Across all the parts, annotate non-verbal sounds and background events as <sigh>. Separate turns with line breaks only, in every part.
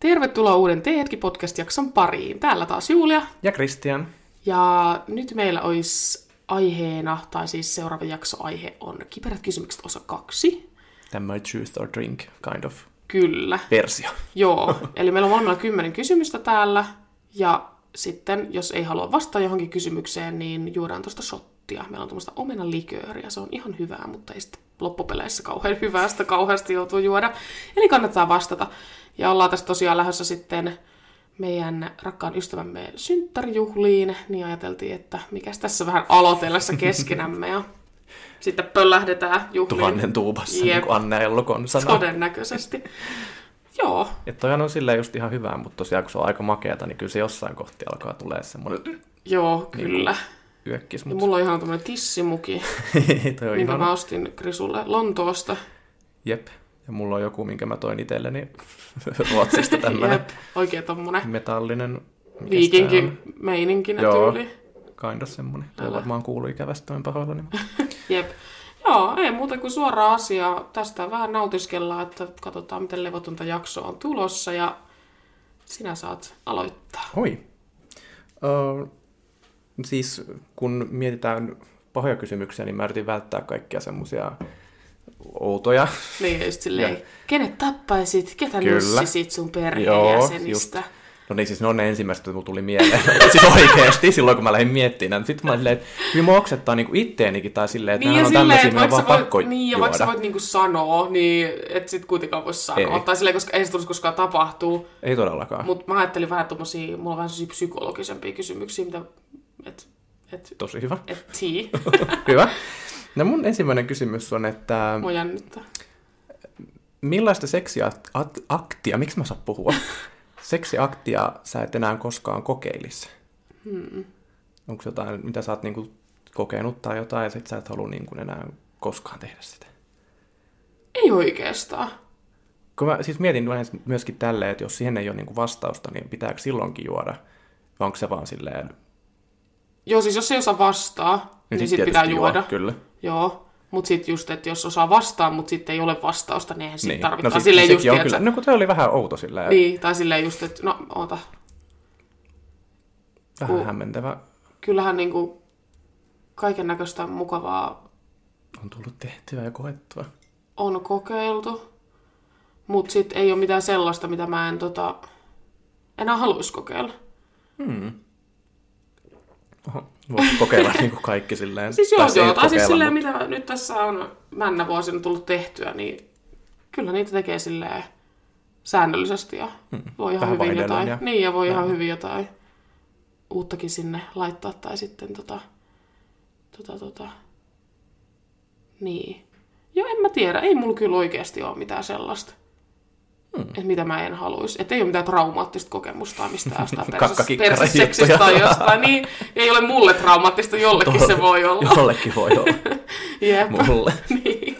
Tervetuloa uuden Teetki podcast-jakson pariin. Täällä taas Julia.
Ja Christian.
Ja nyt meillä olisi aiheena, tai siis seuraava jaksoaihe on Kiperät kysymykset osa kaksi.
Tämä Truth or Drink kind of
Kyllä.
versio.
Niin. Joo, eli meillä on molemmilla kymmenen kysymystä täällä, ja sitten jos ei halua vastata johonkin kysymykseen, niin juodaan tuosta shottia. Meillä on tuommoista omenalikööriä, se on ihan hyvää, mutta ei sitten loppupeleissä kauhean hyvää, sitä kauheasti joutuu juoda. Eli kannattaa vastata. Ja ollaan tässä tosiaan lähdössä sitten meidän rakkaan ystävämme synttärijuhliin, niin ajateltiin, että mikäs tässä vähän aloitellessa keskenämme ja sitten pöllähdetään juhliin.
Tuhannen tuubassa,
Jep.
niin kuin Anne ja Lokon sana.
Todennäköisesti. Joo,
Että toihan on silleen just ihan hyvää, mutta tosiaan kun se on aika makeata, niin kyllä se jossain kohti alkaa tulee semmoinen
joo, kyllä.
yökkis.
Ja
Mutta
Niin mulla on ihan tämmönen tissimuki,
<laughs> toi on
minkä
ihana.
mä ostin Krisulle Lontoosta.
Jep. Ja mulla on joku, minkä mä toin itselleni <laughs> Ruotsista tämmönen
Jep, oikein tommonen
metallinen. mikäs tää
viikinkin
on?
meininkinen
Joo.
tyyli.
Kind of semmonen. Tuo
Älä.
varmaan kuuluu ikävästi, olen pahoillani.
Jep. Joo, ei muuta kuin suoraa asiaa. Tästä vähän nautiskellaan, että katsotaan miten levotonta jaksoa on tulossa ja sinä saat aloittaa.
Hoi. Ö, siis kun mietitään pahoja kysymyksiä, niin mä yritin välttää kaikkia semmoisia outoja.
Niin, ja just silleen, kenet tappaisit, ketä
Kyllä.
nyssisit sun perheenjäsenistä?
No niin, siis ne on ne ensimmäiset, jotka mulla tuli mieleen. <laughs> siis oikeesti silloin, kun mä lähdin miettimään. Sitten mä olin silleen, että hyvin mua oksettaa niinku itteenikin tai silleen, että
Niin
niin
ja
on
silleen,
tämmöisiä,
että
mitä on
vaikka
vaan
sä voit,
pakko
niin, ja
juoda.
vaikka sä voit niinku sanoa, niin et sit kuitenkaan voi sanoa.
Ei.
Tai silleen, koska ei se tulisi koskaan tapahtuu.
Ei todellakaan.
Mutta mä ajattelin vähän tommosia, mulla on vähän semmosia psykologisempia kysymyksiä, mitä, et, et,
Tosi hyvä. <laughs>
et tii.
hyvä. No mun ensimmäinen kysymys on, että
Mua jännittää.
millaista seksiaktia, miksi mä saan
<laughs>
puhua? seksiaktia sä et enää koskaan kokeilisi. Hmm. Onko jotain, mitä sä oot niinku kokenut tai jotain, ja sit sä et halua niinku enää koskaan tehdä sitä?
Ei oikeastaan.
Kun mä siis mietin vähän myöskin tälleen, että jos siihen ei ole niinku vastausta, niin pitääkö silloinkin juoda? Vai onko se vaan silleen...
Joo, siis jos ei osaa vastaa, niin, niin sit
tietysti
pitää
juo,
juoda.
Kyllä.
Joo. Mut sit just, että jos osaa vastaa, mut sitten ei ole vastausta, niin eihän sit niin. tarvitaan.
siis-
silleen
sekin
just,
on
tiedät sä-
kyllä. No kun toi oli vähän outo silleen, niin.
Niin, tai silleen just, että no, oota.
vähän
kun-
hämmentävä
Kyllähän niinku kaiken näköistä mukavaa
on tullut tehtyä ja koettua.
on kokeiltu, mutta sit ei ole mitään sellaista, mitä mä en tota, enää haluaisi kokeilla.
Oho, voit kokeilla <laughs> niinku kaikki silleen.
Siis joo,
se ei
joo tai siis
kokeilla,
silleen, mitä nyt tässä on männä vuosina tullut tehtyä, niin kyllä niitä tekee silleen säännöllisesti ja voi ihan hyvin
Hmm. vähän vaihdella
jotain.
ja-
Niin, ja voi ihan hyvin jotain uuttakin sinne laittaa tai sitten tota, tota, tota, niin. Joo, en mä tiedä. Ei mulla kyllä oikeasti ole mitään sellaista. Hmm. Että mitä mä en haluaisi. Että ei ole mitään traumaattista kokemusta tai
<laughs>
mistään jostain
Kakkakikkaran
perses- perseseksistä tai
juttuja.
jostain. Niin, ei ole mulle traumaattista, jollekin se voi
<laughs>
olla.
Jollekin voi
<laughs>
olla.
Jep.
Mulle.
<laughs> niin.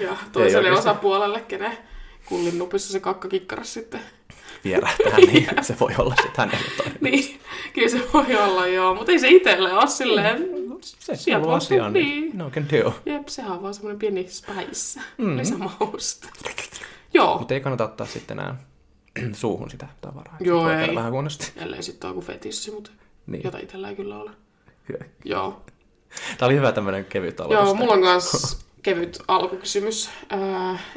Ja toiselle
oikeesti.
osapuolelle, kenen kullin nupissa se kakkakikkaras sitten. <laughs>
Vierähtää, niin se voi olla sitten hänelle toi.
Niin, kyllä se voi olla joo, mutta ei se itselle ole silleen.
Mm. Se
Siellä
kuuluu
on
asiaan,
se,
niin
niin.
no can do.
Jep, sehän on vaan semmoinen pieni spice, mm. lisämausta. Joo,
Mutta ei kannata ottaa sitten enää <clears throat> suuhun sitä tavaraa.
Joo,
Voi käydä
ei.
Vähän huonosti.
ellei sitten ole joku fetissi, mutta
Niin.
jota itsellä ei kyllä ole. Joo,
Tämä oli hyvä tämmöinen kevyt aloitus.
joo mulla on myös kevyt alkukysymys. Öö,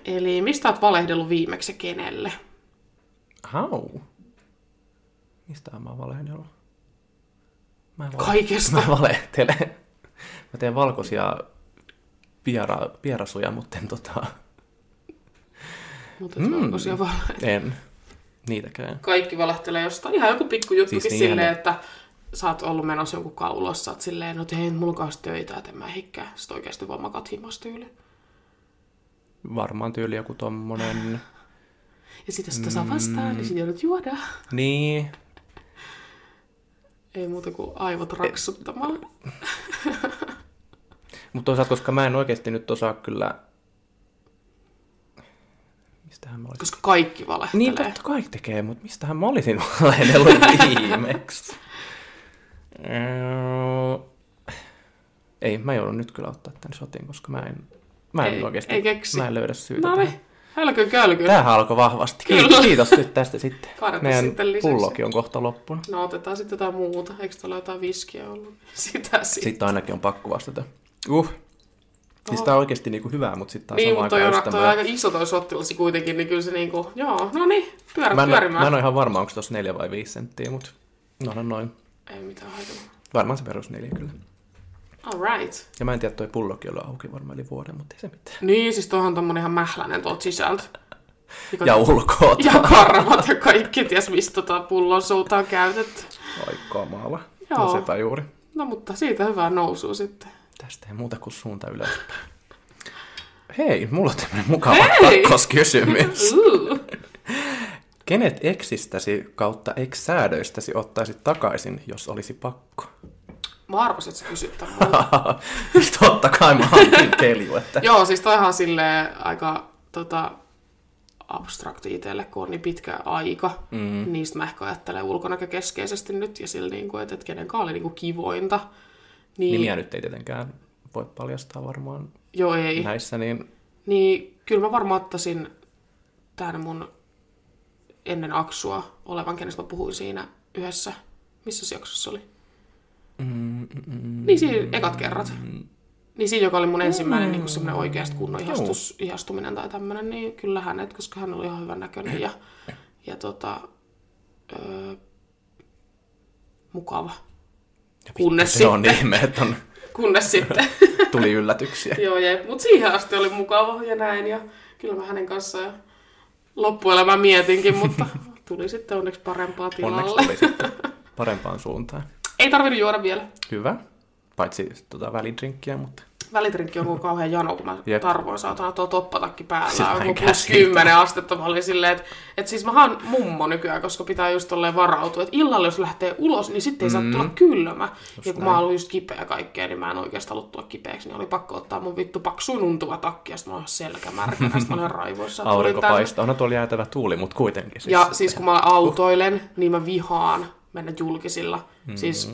eli mistä oot valehdellut viimeksi ja kenelle?
Hau. Mistä mä oon valehdellut? Mä en vale-
Kaikesta.
mä valehtelen. Mä teen valkoisia piera, pierasuja, mutta en tota...
Mutta mm. tosiaan vaan
En. Niitäkään.
kaikki valehtelee jostain. Ihan joku pikku juttukin
Siis
siis
niinhän
silleen,
ne-
että sä oot ollut menossa jonkun kaulossa, sä oot silleen, no tein mulla kanssa töitä, et en mä hikkää. Sitten oikeasti vaan makat himas tyyli.
Varmaan tyyli joku tommonen...
Ja sitten jos sitä saa vastaan,
Mm.
niin sit joudut juoda.
Niin.
Ei muuta kuin
Eh,
aivot raksuttamaan.
Mutta toisaalta, koska mä en oikeasti nyt osaa kyllä... Mistähän mä olisin...
Koska kaikki valehtelee.
Niin totta kai tekee, mutta mistähän mä olisin <laughs> valehdellut viimeksi? Öö, Ei, mä joudun nyt kyllä ottaa tämän shotin, koska mä en, mä en
Ei-
oikeasti
ei keksi.
mä en löydä syytä.
No
tähän.
niin. Hälky kölky.
Tämähän alkoi vahvasti. Kiitos,
Kyllä.
kiitos nyt tästä sitten.
Kaadata
Meidän
sitten lisäksi.
pullokin on kohta loppunut.
No otetaan sitten jotain muuta. Eikö tuolla jotain viskiä ollut? <laughs> Sitä sitten.
Sitten ainakin on pakko vastata. Uh. Siis tää on oikeesti niinku hyvää, mutta sitten taas
Niin,
samaan
mutta toi on,
aikaan
toi on
ärsyttävää.
aika iso toi sottilasi kuitenkin, niin kyllä se niinku, joo, no niin, pyörä
Mä en, mä
pyörimään.
en ole ihan varma, onko tossa neljä vai viisi senttiä, mutta no, no noin.
Ei mitään haittaa.
Varmaan se perus neljä kyllä.
All right.
Ja mä en tiedä, toi pullokin oli auki varmaan eli vuoden, mutta ei se mitään.
Niin, siis tuohan tommonen ihan mählänen tuolta sisältä. Joka-
Ja ulkoa.
ja karvat ja kaikki, ties mistä tota pullon suuta on käytetty.
Ai kamala.
Joo.
No sepä juuri.
No mutta siitä hyvää nousua sitten.
Tästä ei muuta kuin suunta ylöspäin. Hei, mulla on tämmönen mukava
Hei!
kakkoskysymys.
Uu.
Kenet eksistäsi kautta ex-säädöistäsi ottaisit takaisin, jos olisi pakko?
Mä arvasin, että sä kysyt tämän multa.
<laughs> Totta kai mä hankin
<laughs>
kelju, että...
Joo, siis toihan on silleen aika tota, abstrakti itselle, kun on niin pitkä aika. Mm. Niistä mä ehkä ajattelen ulkonäkökeskeisesti nyt ja sillä, niin kuin, että, että kenen oli niin kuin kivointa. Niin,
Nimiä nyt ei tietenkään voi paljastaa varmaan
joo, ei.
näissä, niin
Niin kyllä mä varmaan ottaisin tämän mun ennen aksua olevan, kenestä mä puhuin siinä yhdessä. Missä se jaksossa se oli? Mm, niin siinä ekat kerrat. Niin siinä, joka oli mun ensimmäinen mm, niin semmoinen oikeasta kunnon ihastus, ihastuminen tai tämmöinen, niin kyllä hänet, koska hän oli ihan hyvän näköinen ja, ja tota, öö, mukava. Kunnes
se on
No sitten.
ihme, että on,
Kunnes sitten.
tuli
<laughs>
yllätyksiä.
Joo, jep. Mutta siihen asti oli mukava ja näin. Ja kyllä mä hänen kanssaan ja loppuelämä mietinkin,
<laughs>
mutta tuli sitten onneksi parempaa tilalle.
Onneksi oli sitten parempaan suuntaan.
Ei tarvinnut juoda vielä.
Hyvä. Paitsi tota välidrinkkiä, mutta
Välitrinkki on mun kauhean jano, kun mä
Jep.
jep. tarvoin saatana tuo toppatakki
Sitä
päällä.
en
on joku plus
käsitä.
10 astetta. Mä olin silleen, että et siis mä haan mummo nykyään, koska pitää just tolleen varautua. Että illalla jos lähtee ulos, niin sitten ei saa
Mm.
tulla kylmä. ja kun mä oon ollut just kipeä ja kaikkea, niin mä en oikeastaan ollut tulla kipeäksi. Niin oli pakko ottaa mun vittu paksuin untuva takki. Ja sit mä oon ihan selkämärkänä. Sitten mä olin ihan raivoissa. että tulin
aurinko
tänne.
paistaa. Onhan tuolla jäätävä tuuli, mutta kuitenkin. Siis.
No, Ja siis kun mä autoilen, niin mä vihaan mennä julkisilla. Mm-hmm. Siis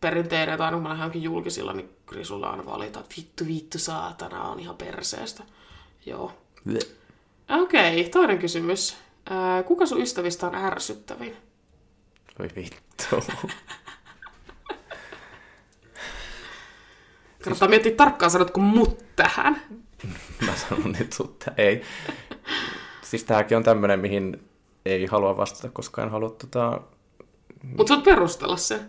perinteinen, tai aina kun mä lähden johonkin julkisilla, niin Krisulla aina valitaan, että vittu, vittu, saatana, on ihan perseestä. Joo.
Bleh.
Okei, okay, toinen kysymys. Ää, Kuka sun ystävistä on ärsyttävin?
Voi vittu. <laughs> Siis-
Kannattaa miettiä tarkkaan, sanotko mut tähän.
Mä sanon nyt sutta. Ei. Siis tääkin on tämmönen, mihin ei halua vastata, koska en halua tota...
Mutta sä voit perustella sen. Mä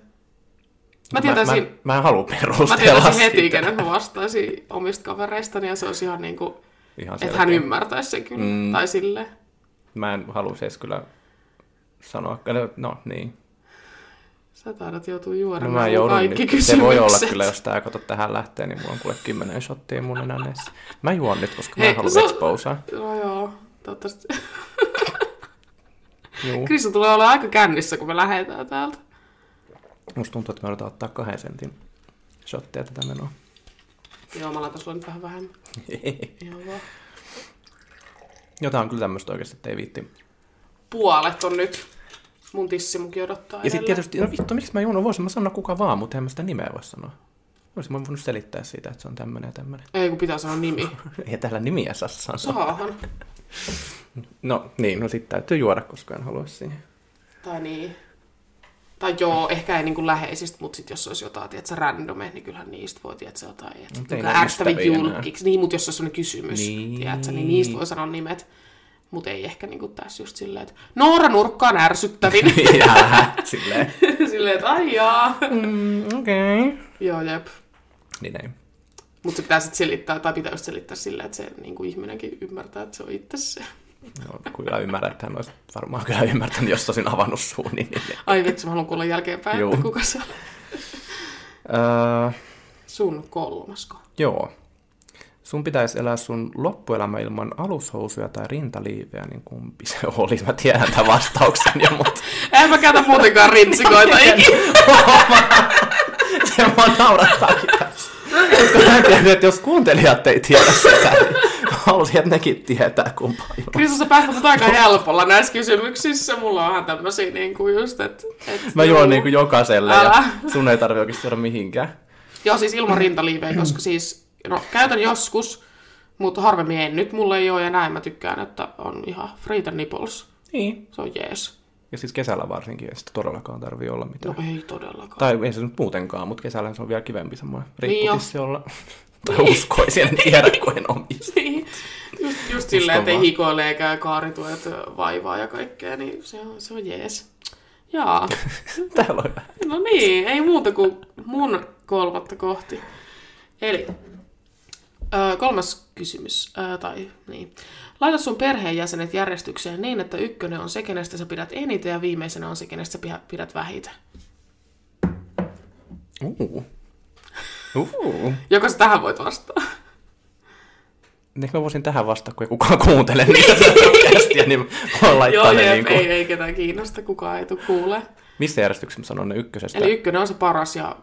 mä,
tietäisin,
mä, mä en halua
mä,
perustella
tietäisin heti,
sitä.
kenet mä vastaisin omista kavereistani, ja se olisi ihan niin kuin,
Ihan
että
selkeä.
hän ymmärtäisi sen kyllä, mm. tai silleen.
Mä en halua edes kyllä sanoa. No niin.
Sä taidat joutua juoda
No
no,
mä
nämä
joudun
kaikki
nyt.
kysymykset.
Se voi olla kyllä, jos tää kato tähän lähtee, niin mulla on kuule kymmenen shottia mun enänneessä. Mä juon nyt, koska mä en
Hei,
halua
se-
exposea.
No joo, toivottavasti. <laughs>
Juu.
Krisu tulee olla aika kännissä, kun me lähdetään täältä.
Musta tuntuu, että mä yritän ottaa kahden sentin shotteja tätä menoa. <laughs>
Joo, mä laitan sulle nyt vähän vähemmän. Ihan vaan.
Jotain on kyllä tämmöistä oikeasti, että ei viitti.
Puolet on nyt. Mun tissimukin odottaa
Ja
edelleen.
sitten tietysti, no vittu, miksi mä juon? Voisin mä sanoa kuka vaan, mutta en mä sitä nimeä voi sanoa. Voisin mä voinut selittää siitä, että se on tämmönen ja tämmönen. <laughs>
Ei, kun pitää sanoa nimi.
Ei täällä nimiä saa sanoa.
Saahan.
No niin, no sit täytyy juoda, koska en halua siihen.
Tai niin. Tai joo, ehkä ei niinku läheisistä, mutta sit jos olisi jotain, tietsä, randome, niin kyllähän niistä voi, tietsä, jotain, että
Mut ei
kuinka
ne
ärsyttävi
ystäviä enää.
julkiksi. Niin, mutta jos olisi sellainen kysymys,
Niin.
niin. tietsä, niin niistä voi sanoa nimet. Mutta ei ehkä niinku tässä just silleen, että Noora Nurkka on
<laughs>
ärsyttävin. <laughs>
Niin. Jää, silleen.
silleen, että ai jaa.
Mm, Okei. Okay.
joo, jep.
Niin ei.
Mutta se pitää sitten selittää, tai pitää just selittää silleen, että se niinku ihminenkin ymmärtää, että se on itse se.
No, kyllä ymmärrän, että hän olisi varmaan kyllä ymmärtänyt, jos olisin avannut suun nimille.
Ai vitsi, mä haluan kuulla jälkeenpäin,
Juu.
että kuka se on.
Öö,
Sun kolmasko.
joo. Sun pitäisi elää sun loppuelämä ilman alushousuja tai rintaliivejä, niin kumpi se oli? Mä tiedän tämän vastauksen jo, mutta <laughs>
En mä käytä muutenkaan rintsikoita ikinä.
se mua naurattaakin tässä. Kun mä en tiedä, että jos kuuntelijat ei tiedä sitä, niin mä haluaisin, että nekin tietää kumpaa ilman.
Krisu, sä päästät mut aika helpolla näissä kysymyksissä. Mulla on vähän tämmösiä niin kuin just, että... Et,
Mä juon niin kuin jokaiselle ja
Älä.
sun ei tarvi oikeasti juoda mihinkään.
Joo, siis ilman rintaliivejä, koska siis... No, käytän joskus, Mutta harvemmin en nyt, mulle ei ole ja näin mä tykkään, että on ihan free the nipples.
Niin.
Se on jees.
Ja siis kesällä varsinkin ei sitä todellakaan tarvii olla mitään.
No
No.
ei todellakaan.
Tai ei se nyt muutenkaan, mutta kesällä se on vielä kivempi semmoinen
Niin jo.
riipputissi
<laughs>
olla. tai uskoisin, en tiedä, kun en omista.
Niin. Just,
Siis
just silleen, että ei
vaan.
hikoile eikä kaarituet vaivaa ja kaikkea, niin se on, se on jees. Jaa.
Täällä on
No niin, ei muuta kuin mun kolmatta kohti. Eli ö, kolmas kysymys, ö, tai niin. Laita sun perheenjäsenet järjestykseen niin, että ykkönen on se, kenestä sä pidät eniten, ja viimeisenä on se, kenestä sä pihä- pidät vähiten.
Uu. Uu.
Joko sä tähän voit vastata?
Ehkä mä voisin tähän vastata, kun ei kukaan
<laughs>
kuuntele niitä podcastia, niin mä voin
Joo,
laittaa ne
jep,
niin
ei,
kuin...
ei ketään kiinnosta, kukaan ei tule kuule.
Missä järjestyksessä mä sanon ne ykkösestä?
Eli ykkönen on se paras ja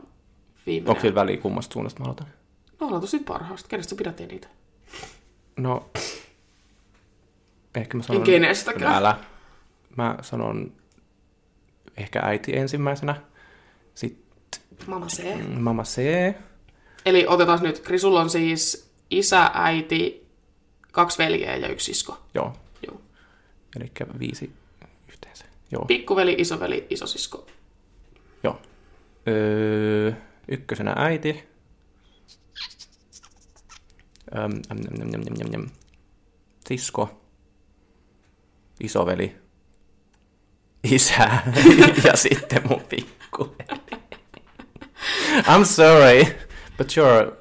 viimeinen.
Onko sillä väliä kummasta suunnasta mä aloitan?
No aloita sit parhaasta. Kenestä sä pidät eniten?
No, ehkä mä sanon...
kenestäkään.
Älä. Mä sanon ehkä äiti ensimmäisenä, sitten
Mama C.
mama C,
Eli otetaan nyt, Krisulla on siis isä, äiti, kaksi veljeä ja yksi sisko.
joo,
Joo.
eli viisi yhteensä, joo,
Pikkuveli, isoveli, isosisko.
joo. Öö, ykkösenä äiti. Öm, äm, äm, äm, äm, äm, äm. Sisko. Isoveli. Isä. <laughs> ja sitten mun pikkuveli. I'm sorry, but you're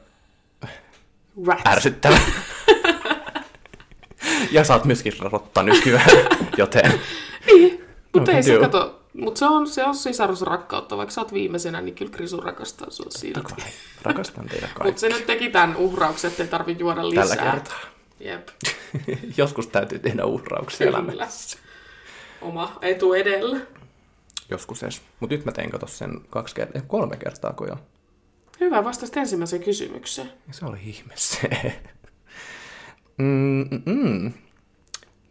Rats.
ärsyttävä. <laughs> ja sä oot myöskin rotta nykyään, <laughs> joten...
Niin, mutta
No,
ei se
joo.
kato. Mutta se on, se on sisarusrakkautta, vaikka sä oot viimeisenä, niin kyllä Krisu rakastaa sua silti.
Kai, rakastan teitä kaikki
Mutta se nyt teki tämän uhrauksen, ettei tarvi juoda lisää.
tällä kertaa. <laughs>
Jep,
Joskus täytyy tehdä uhrauksia elämässä.
kyllä. Oma etu edellä.
Joskus edes. Mutta nyt mä tein kato sen kaksi kertaa, eh, kolme kertaa kun jo.
Hyvä, vastasit ensimmäiseen kysymykseen.
Ja se oli ihme se. <laughs> Mm, mm, mm.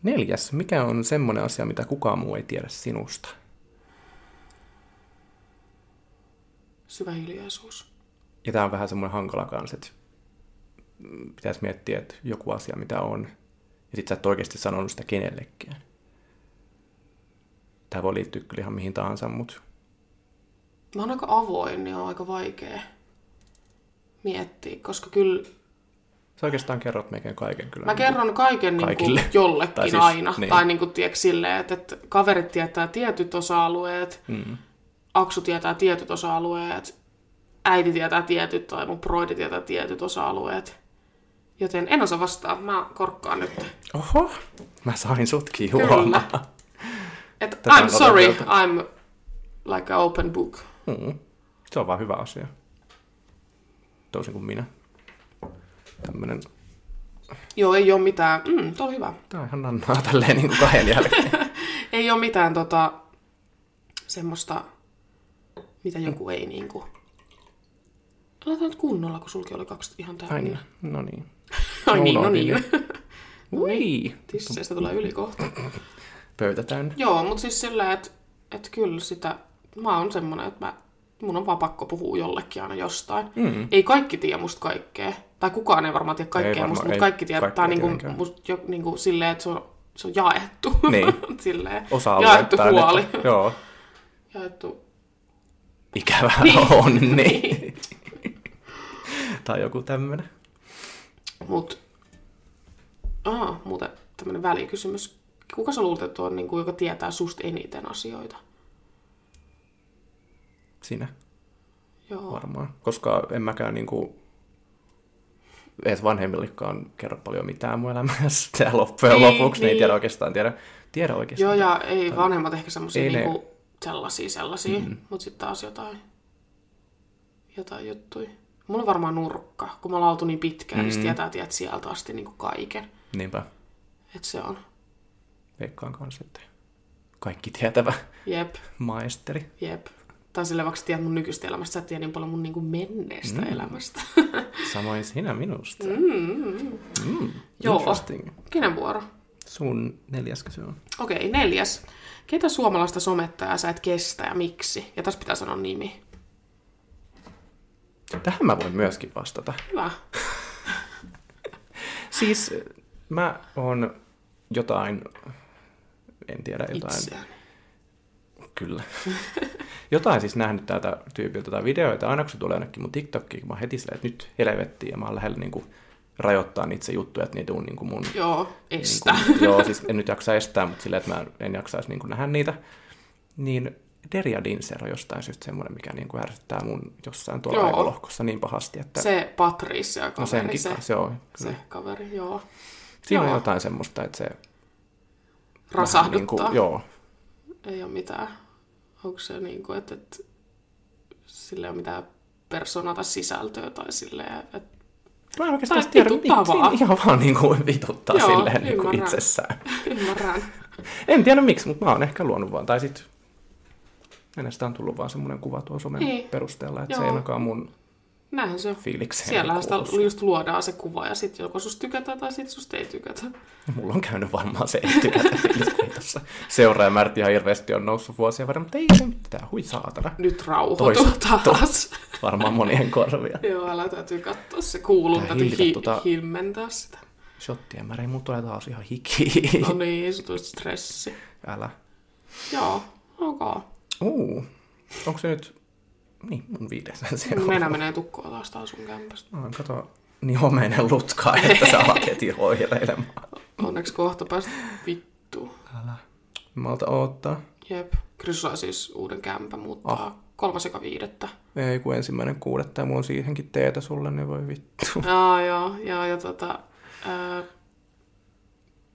Neljäs. Mikä on semmoinen asia, mitä kukaan muu ei tiedä sinusta?
Syvä hiljaisuus.
Ja tämä on vähän semmoinen hankala kanssa, että mm, pitäisi miettiä, että joku asia mitä on, ja sit sä et oikeasti sanonut sitä kenellekään. Tämä voi liittyä kyllä ihan mihin tahansa, mutta
Mä oon aika avoin ja on aika vaikea miettiä, koska kyllä
sä oikeastaan kerrot meidän kaiken kyllä.
Mä kerron kaiken niin kuin
Kaikille.
<laughs> jollekin tai
Tai siis,
siis, aina.
niin.
Niin. Tai niin kuin, tiedätkö, silleen, että, että kaverit tietää tietyt osa-alueet, mm. Aksu tietää tietyt osa-alueet, äiti tietää tietyt tai mun broidi tietää tietyt osa-alueet. Joten en osaa vastaa, mä korkkaan nyt.
Oho, mä sain sutkin
Kyllä.
huomaa.
Et,
Tätä
I'm sorry,
odoteltu.
I'm like an open book.
Mm. Se on vaan hyvä asia. Toisin kuin minä. Tämmönen,
Joo, ei ole mitään, mm, toi oli hyvä.
tää on ihan nannaa tälleen niin kuin kahden jälkeen.
Ei ole mitään tota, semmoista, mitä joku ei niinku... Aletaan nyt kunnolla, kun sulki oli kaksi ihan täynnä.
Ai niin, no niin.
Ai
No
niin, no
unohdin
niin.
Ui,
<laughs> Tisseistä tulee yli kohta.
pöytä täynnä.
Joo, mutta siis sillä, että et kyllä sitä, mä oon semmonen, että mä, mun on vaan pakko puhua jollekin aina jostain. Mm. Ei kaikki tiedä musta kaikkea, tai kukaan ei varmaan tiedä kaikkea
varmaan,
musta,
ei
mutta kaikki tietää
kaikkea
kaikki niinku,
tietenkään.
must, jo, niinku, silleen, että se on, se on jaettu.
Niin.
<laughs> silleen,
Osa-alueet
jaettu
täynnä.
huoli.
Joo,
Jaettu.
ikävää niin.
<laughs>
on, niin. tai joku tämmönen.
Mut, aa, muuten tämmönen välikysymys. Kuka sä luulet, että on, niinku, joka tietää susta eniten asioita?
Sinä
Joo.
varmaan. Koska en mäkään niinku edes vanhemmillekaan kerro paljon mitään mun elämästä <laughs> ja loppujen
Niin,
lopuksi, niin. ne ei
niin.
tiedä oikeastaan tiedä, tiedä oikeastaan.
Joo, ja ei vanhemmat ehkä semmoisia
Ei ne- Mm-hmm.
niinku, sellaisia, sellaisia, mm mutta sitten taas jotain, jotain juttuja. Mulla on varmaan nurkka, kun me ollaan oltu niin pitkään, mm niin sit
Mm-hmm.
tietää tiedät sieltä asti niinku kaiken.
Niinpä.
Et se on,
Veikkaan kanssa, että kaikki tietävä <laughs>
jep,
maisteri.
jep. Tai sille vaikka sä tiedät mun nykyistä elämästä, sä et tiedä niin paljon mun niinku menneestä
Mm-hmm.
mm elämästä. <laughs>
Samoin sinä minusta. Mm, mm.
Joo.
Interesting.
Kenen vuoro?
Sun neljäskö se on?
Okei, neljäs. Ketä suomalaista somettajaa sä et kestä ja miksi? Ja tässä pitää sanoa nimi.
Tähän mä voin myöskin vastata.
Hyvä.
Siis mä oon jotain, en tiedä, jotain,
Itseään.
kyllä. <laughs> jotain siis nähnyt tältä tyypiltä tai videoita, aina kun se tulee jonnekin mun TikTokkiin, kun mä oon heti silleen, että nyt helvettiin, ja mä oon lähellä niinku rajoittaa niitä se juttu, että ne ei tuu niinku mun...
Joo, estä.
Niinku,
<laughs>
joo, siis en nyt jaksa estää, mutta silleen, että mä en jaksaisi niinku nähdä niitä. Niin Deria Dinser on jostain syystä semmoinen, mikä niinku ärsyttää mun jossain tuolla
Joo.
aikalohkossa niin pahasti, että...
Se Patrice ja
no
kaveri,
senkin
se,
kanssa, niin joo.
se kaveri, joo.
Siinä on
Joo.
jotain semmoista, että se vähän
Rasahduttaa.
Niin kuin, joo,
Ei ole mitään. Onko se niin kuin, että, että sillä ei ole mitään persoonaa tai sisältöä tai silleen, että
Mä en
Tai
oikeastaan tiedä,
vituttaa
miksi
vaan.
<laughs> ihan vaan niin kuin vituttaa
Joo,
Joo, silleen niin kuin
ymmärrän.
itsessään.
ymmärrän.
<laughs> En tiedä miksi, mutta mä oon ehkä luonut vaan, tai sit hänestä on tullut vaan semmoinen kuva tuon somen
Niin.
perusteella, että
Joo.
se ei ainakaan mun
Näinhän se on.
fiilikseen
Siellähän sitä
kuulu.
just luodaan se kuva ja sitten joko susta tykätään tai sitten susta ei tykätä.
Mulla on käynyt varmaan se, että tykätä fiiliskin tuossa. Seuraajamäärät ihan hirveästi on noussut vuosia varmaan, mutta ei se mitään, hui saatana.
Nyt rauhoitu
Toisaalta.
taas.
Varmaan monien korvia.
Joo, älä täytyy katsoa se kuuluu,
Tää
täytyy
hillitä
hi-
tota-
himmentää sitä.
Shottien määrä, mulla tulee taas ihan hiki.
No niin, se tuli stressi.
Älä.
Joo, ok.
Uu, onko se nyt... Niin, mun viides se on.
Nenä menee tukkoon taas taas sun kämpästä.
Mä oon kato niin homeinen lutka, että sä alat heti hoireilemaan.
Onneksi kohta päästä vittuun.
Älä. Malta oottaa.
Jep. Krys saa siis uuden kämpän muuttaa
Ah.
oh. kolmas joka viidettä.
Ei kun ensimmäinen kuudetta ja mulla on siihenkin teetä sulle, niin voi vittu.
Jaa, joo, joo, ja tota... Ää,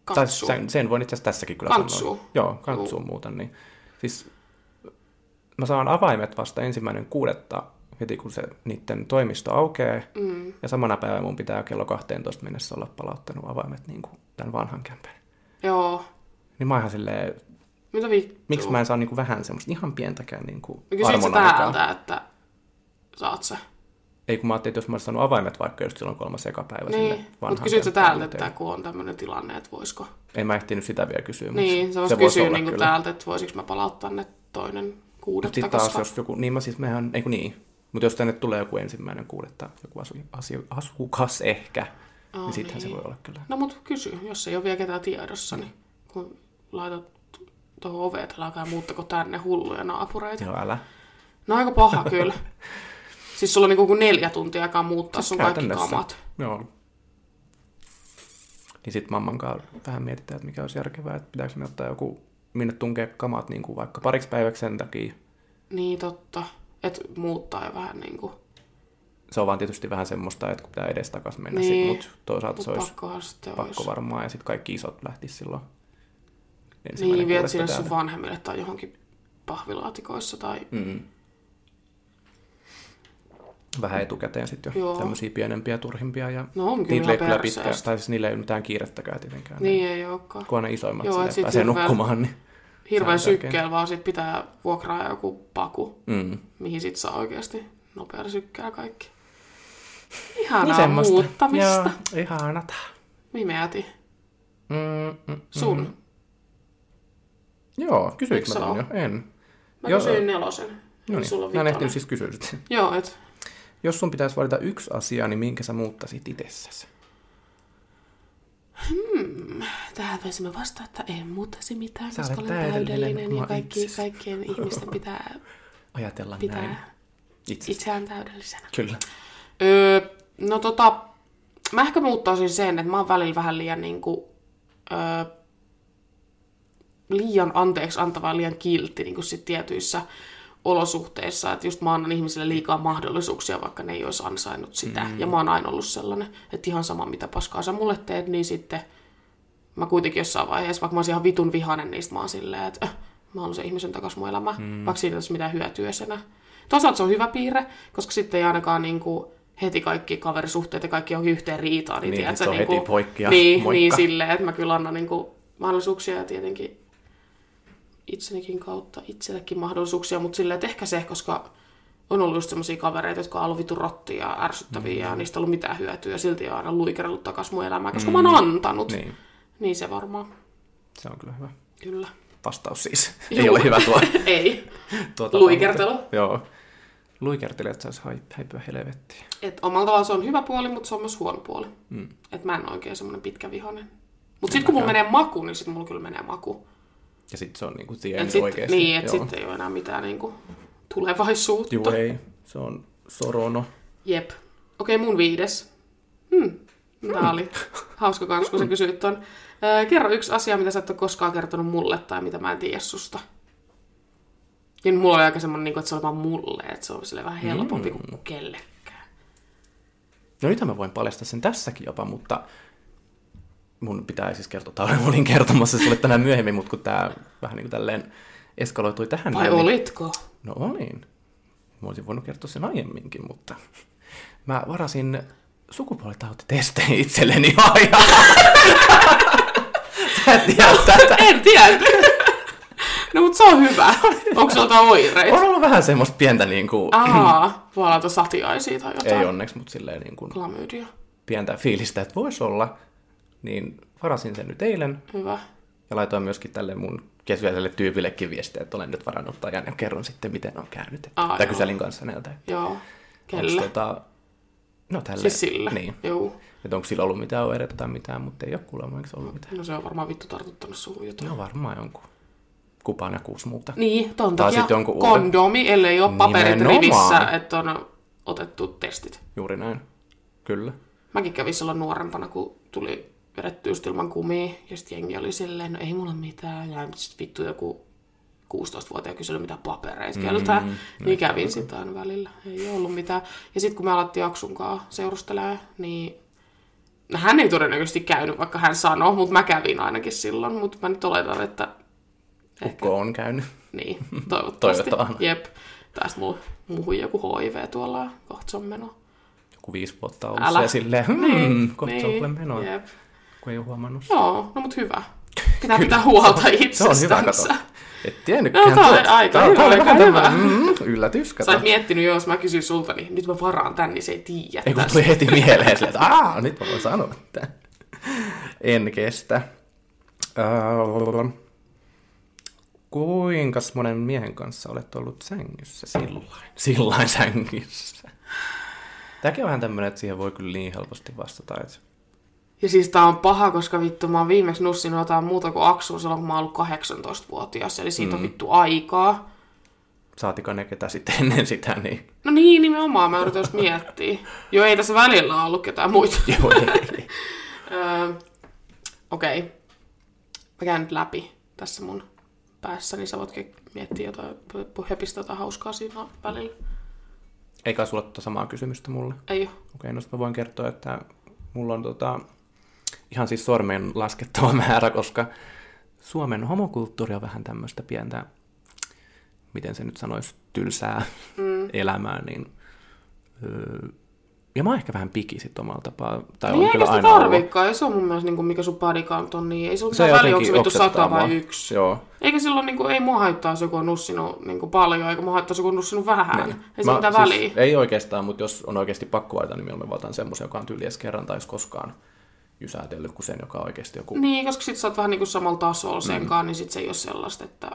Tai
katsu.
sen, sen voin itse asiassa tässäkin kyllä
Kantsu.
sanoa. Joo, kantsu muuten. Niin. Siis mä saan avaimet vasta ensimmäinen kuudetta heti kun se niiden toimisto aukeaa.
Mm,
Ja samana päivänä mun pitää kello 12 mennessä olla palauttanut avaimet niin kuin tämän vanhan kämpen.
joo.
Niin mä oon ihan silleen,
Mitä vittua?
miksi mä en saa niin kuin vähän semmoista ihan pientäkään niin kuin
No Kysyit sä
armon aikaa.
täältä, että saat se.
Ei kun mä ajattelin, että jos mä olisin saanut avaimet vaikka just silloin kolmas ekapäivä
Niin,
sinne
mutta
vanhaan
kysyit sä
kämppään,
täältä,
mutta
että kun on tämmöinen tilanne, että voisiko.
ei- En mä ehtinyt sitä vielä kysyä, mutta
Niin, sä voisit
voisi
kysyä
olla
niin
kyllä.
täältä, että voisiko mä palauttaa ne toinen
Mutta
kuudetta,
sitten taas
koska...
jos joku, niin mä siis mehän, ei kun niin, mutta jos tänne tulee joku ensimmäinen kuudetta, joku asu, asu, asukas ehkä,
Aa,
niin sittenhän se
niin.
voi olla kyllä.
No mut kysy, jos ei ole vielä ketään tiedossa, niin kun laitat tuohon oveen, että älkää muuttako tänne hulluja naapureita.
Joo, älä.
No aika paha
<laughs>
kyllä. Siis sulla on niinku kuin neljä tuntia aikaa muuttaa
Siis
sun kaikki
käytännössä.
kamat.
Joo. Niin sitten mamman kanssa vähän mietitään, että mikä olisi järkevää, että pitääkö me ottaa joku, minne tunkee kamat niin kuin vaikka pariksi päiväksi sen takia.
Niin totta. Et muuttaa jo vähän niinku.
Se on vaan tietysti vähän semmoista, että kun pitää edestakas mennä
Niin.
niin. sit, mutta toisaalta
Mut
se olisi
pakkohan sitten
pakko
olisi.
varmaan, ja sitten kaikki isot lähti silloin.
Niin, viet
kuudetta
sinne sun
täältä.
vanhemmille tai johonkin pahvilaatikoissa tai...
mm. Vähän etukäteen sitten jo
Joo.
Joo. tämmöisiä pienempiä, turhimpia. Ja
No on kyllä
niillä ei
ihan
kyllä pitkä,
perseestä.
tai siis niillä ei ole mitään kiirettäkään tietenkään.
Niin ei olekaan.
Kun aina isoimmat
Joo,
Joo,
et sit
pääsee
hirveä-
nukkumaan, niin...
Hirveän
Se on tärkeä.
sykkeellä, vaan sit pitää vuokraa joku paku.
Mm.
mihin sit saa oikeasti nopealla sykkää kaikki.
Niin
Ihanaa niin
semmoista.
muuttamista. Joo.
Joo, ihanata.
Mihin me jäätiin?
Mm, mm,
Sun.
Mm. Joo, kysyinkö
Eikö
mä
sano?
tämän jo? En.
Mä
Joo.
kysyin nelosen.
No niin,
Sulla on
mä en
vitonen.
ehtinyt siis kysyä sitä.
Joo, et
Jos sun pitäisi valita yksi asia, niin minkä sä muuttaisit itsessäsi?
tähän voisimme vastata, että en muuttaisi mitään,
Sä
koska
olet
olen täydellinen,
täydellinen
ja
oma
kaikki,
itsesi.
kaikkien ihmisten
<laughs>
pitää
Siis- Ajatella
pitää
näin. Itse.
itseään täydellisenä.
Kyllä.
Öö, no tota, mä ehkä muuttaisin sen, että mä oon välillä vähän liian niinku, öö, liian anteeksi antava ja liian kiltti niinku sit tietyissä olosuhteissa, että just mä annan ihmisille liikaa mahdollisuuksia, vaikka ne ei olisi ansainnut sitä.
Mm-hmm.
Mm. Ja mä oon aina ollut sellainen, että ihan sama mitä paskaa sä mulle teet, niin sitten mä kuitenkin jossain vaiheessa, vaikka mä olisin ihan vitun vihanen niistä, mä oon silleen, että äh, mä haluan sen ihmisen takaisin mun elämään, mm. vaikka siitä ei olisi mitään hyötyä senä. Toisaalta se on hyvä piirre, koska sitten ei ainakaan niin kuin heti kaikki kaverisuhteet ja kaikki on yhteen riitaan. Niin,
Niin,
tiedät
sit
sä,
se on
niin
heti poikki ja
Niin,
moikka.
niin silleen, että mä kyllä annan niin kuin mahdollisuuksia ja tietenkin itsenikin kautta itsellekin mahdollisuuksia, mutta silleen, että ehkä se, koska on ollut just semmoisia kavereita, jotka on ollut vitun rottia ja ärsyttäviä mm. ja niistä ei ollut mitään hyötyä ja silti on aina luikerellut takaisin mun elämään, koska mm. mä oon antanut.
Niin,
Niin se varmaan,
se on kyllä hyvä.
kyllä. <laughs>
Vastaus siis.
Juu. <laughs>
Ei ole hyvä tuo.
Ei.
tuo tapa,
Luikertelu.
mutta- Tuota, Joo. luikertelijat saisi haip- häipyä helvettiin.
Et omalla tavallaan se on hyvä puoli, mutta se on myös huono puoli.
Mm.
Et mä en ole oikein semmoinen pitkä vihanen. Mut sitten kun mulla menee maku, niin sitten mulla kyllä menee maku.
Ja sitten se on niinku tie
Et
end
sit,
oikeesti.
niin, että
Joo.
sitten ei ole enää mitään niinku tulevaisuutta.
Juu, ei. Se on sorono.
Jep. Okei, mun viides. Hmm. Tämä oli hauska kans,
Hmm.
kun sä kysyit ton. Öö, kerro yksi asia, mitä sä et ole koskaan kertonut mulle tai mitä mä en tiedä susta. Ja nyt mulla oli aika semmonen, niinku, että se oli vaan mulle, että se on sille vähän helpompi
Hmm.
mm. kuin kellekään.
No nyt mä voin paljastaa sen tässäkin jopa, mutta mun pitää siis kertoa, tai olin kertomassa sulle tänään myöhemmin, mutta kun tää vähän niin kuin tälleen eskaloitui tähän.
Vai
näin, niin-
olitko?
No olin. Mä olisin voinut kertoa sen aiemminkin, mutta mä varasin sukupuolitautitestejä itselleni <laughs> ajan. Sä et tiedä tätä.
En tiedä. <laughs> no mut se on hyvä. Onko se jotain oireita?
On ollut vähän semmoista pientä niin kuin,
Aa, voi olla jotain satiaisia tai jotain.
ei onneksi, mutta silleen niin kuin
Klamydia.
pientä fiilistä, että voisi olla. Niin varasin sen nyt eilen
Hyvä.
Ja laitoin myöskin tälle mun kesyiselle tyypillekin viestiä, että olen nyt varannut ajan ja kerron sitten, miten on käynyt. Että,
Aa,
tai
joo.
kyselin kanssa näiltä. että
Joo.
onks
Kelle?
Tota, no tälle.
Siis sillä.
Niin.
Joo.
Että onko sillä ollut mitään oireita tai mitään, mutta ei ole kuulemma, eikö se ollut mitään.
No se on varmaan vittu tartuttanut suhun jotain.
No varmaan jonkun kupan ja kuusi muuta.
Niin, ton
Tai
takia
sit jonkun uuden-
kondomi, ellei ole paperit
Nimenomaan.
rivissä, että on otettu testit.
Juuri näin. Kyllä.
Mäkin kävin silloin nuorempana, kun tuli vedetty just ilman kumia, ja sitten jengi oli silleen, no ei mulla mitään, ja sitten vittu joku 16-vuotiaan kyseli, mitä papereita
Mm,
keltää, niin kävin sitä aina välillä, ei ollut mitään. Ja sitten kun me alettiin Aksun kanssa seurustelemaan, niin no, hän ei todennäköisesti käynyt, vaikka hän sanoi, mutta mä kävin ainakin silloin, mutta mä nyt oletan, että
Ukko on käynyt. <laughs>
niin, toivottavasti.
Toivotaan.
Jep. Taas mulla muhui joku HIV tuolla, kohta se on meno.
Joku viisi vuotta ollut
Älä.
Älä. silleen, hmm, niin, kohta niin. menoa,
Jep.
kun ei ole huomannut.
Joo, no mut hyvä.
<laughs>
Pitää pitää huolta
Se on hyvä, kato.
itsestänsä.
Et tiennytkään.
No, tää oli
tuota.
aika
Tää-
hyvä,
tää oli
aika
vähän
hyvä.
tämmönen, mm, yllätys, kato.
Sä oot miettinyt, jos mä kysyn sulta, niin nyt mä varaan tän, niin se ei tiedä
Ei kun
tästä.
tuli heti mieleen silleen, että aah, nyt mä voin sanoa tämän. En kestä. Äh, kuinka monen miehen kanssa olet ollut sängyssä sillain? Sillain sängyssä. Tämäkin on vähän tämmöinen, että siihen voi kyllä niin helposti vastata, että
Ja siis tää on paha, koska vittu mä oon viimeksi nussinut jotain muuta kuin Aksu silloin, kun mä oon ollut 18-vuotias. Eli siitä
Mm.
on vittu aikaa.
saatikaan ne ketä sitten ennen sitä, niin <laughs>
No niin, nimenomaan. Mä yritän just miettiä. Joo, ei tässä välillä ole ollut ketään muita.
joo ei.
Öö, Okei. Okay. Mä käyn nyt läpi tässä mun päässä, niin sä voit ke- miettiä jotain, höpistä jotain hauskaa siinä välillä.
Eikä sulla ole tuota samaa kysymystä mulle.
Ei oo.
Okei, no sit mä voin kertoa, että mulla on tota, ihan siis sormen laskettava määrä, koska Suomen homokulttuuri on vähän tämmöistä pientä, miten se nyt sanoisi, tylsää mm. elämää, niin öö, ja mä oon ehkä vähän piki sit omalla tapaa, tai
Niin
on
eikä
kyllä
sitä
aina ollut.
tarviikaan, ei se on mun mielestä niinku, mikä sun body count on, niin ei se ole
Se
mitään väliä, onko se
jotenkin
vittu
oksettaa
sata
mua.
vai yksi.
Joo.
Eikä silloin, niinku, ei mua haittaa, jos joku on nussinut niinku, paljon, eikä mua haittaa, jos joku on nussinut vähän. Niin. Ei se
Mä-
ole mitään
siis,
väliä.
Ei oikeastaan, mutta jos on oikeasti pakko valita, niin mieluummin valitan semmoisen, joka on tyyli edes kerran tai edes koskaan jysäätellyt, kuin sen, joka on oikeasti joku
Niin, koska sit sä oot vähän niinku samalla tasolla
Mm.
senkaan, niin sit se ei ole sellaista, että...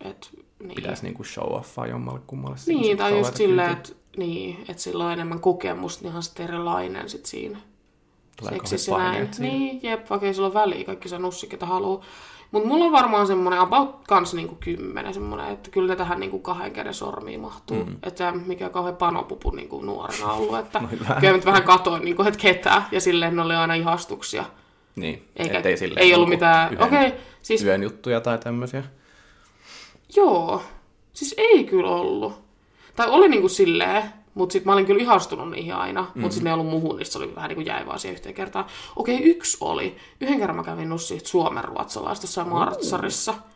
Et, niin.
pitäisi niinku show offaa jommalle kummalle.
Niin,
semmoset
tai just
kauheata
silleen,
kyytiä.
että niin, et sillä on enemmän kokemusta, niin ihan sitten erilainen sit siinä
Tulee
seksissä
kauheat
näin.
paineet siinä.
Niin, jep, vaikka ei sillä ole väliä, kaikki saa nussi, ketä haluaa. Mutta mulla on varmaan semmoinen about kans niinku kymmenen semmoinen, että kyllä ne tähän niinku kahden käden sormiin mahtuu. Mm. Että mikä kauhean panopupu niinku nuorena ollut, että
<laughs> No hyvä.
kyllä mä nyt vähän katoin, niinku, että ketä, ja silleen ne oli aina ihastuksia.
Niin,
Eikä,
ettei silleen
ei ollut
niinku
mitään,
yhden,
okei, okay, siis
yön juttuja tai tämmöisiä. No
Joo. Siis ei kyllä ollut. Tai oli niinku silleen, mutta sitten mä olin kyllä ihastunut niihin aina, mm. mutta sitten ei ollut muuhun, niin sit se oli vähän niinku jäi vaan siihen yhteen kertaan. Okei, yksi oli. Yhden kerran mä kävin nussi Suomen ruotsalaista jossain Martsarissa. Ja se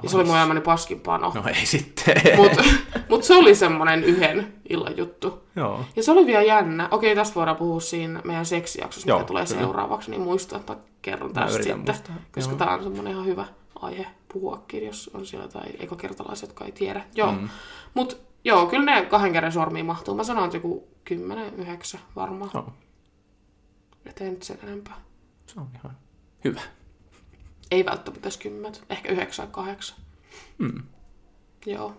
Siis oli mun elämäni paskin pano.
No ei sitten.
Mutta mut <laughs> se oli semmonen yhden illan juttu.
<laughs> Joo.
Ja se oli vielä jännä. Okei, tästä voidaan puhua siinä meidän seksijaksossa, mikä
Joo,
tulee
kyllä.
seuraavaksi, niin muista, että kerron
Mä
tästä sitten.
yritän muistaa,
Koska
joo.
tämä on semmoinen ihan hyvä aihe puhuakin, jos on siellä tai ekakertalaiset, jotka ei tiedä. Joo. Mm. Mutta joo, kyllä ne kahden käden sormiin mahtuu. Mä sanon, että joku 10-9 varmaan.
Joo.
Et ei nyt sen enempää.
Se on ihan hyvä.
Ei välttämättä edes 10, ehkä 9 8. Mm. Joo.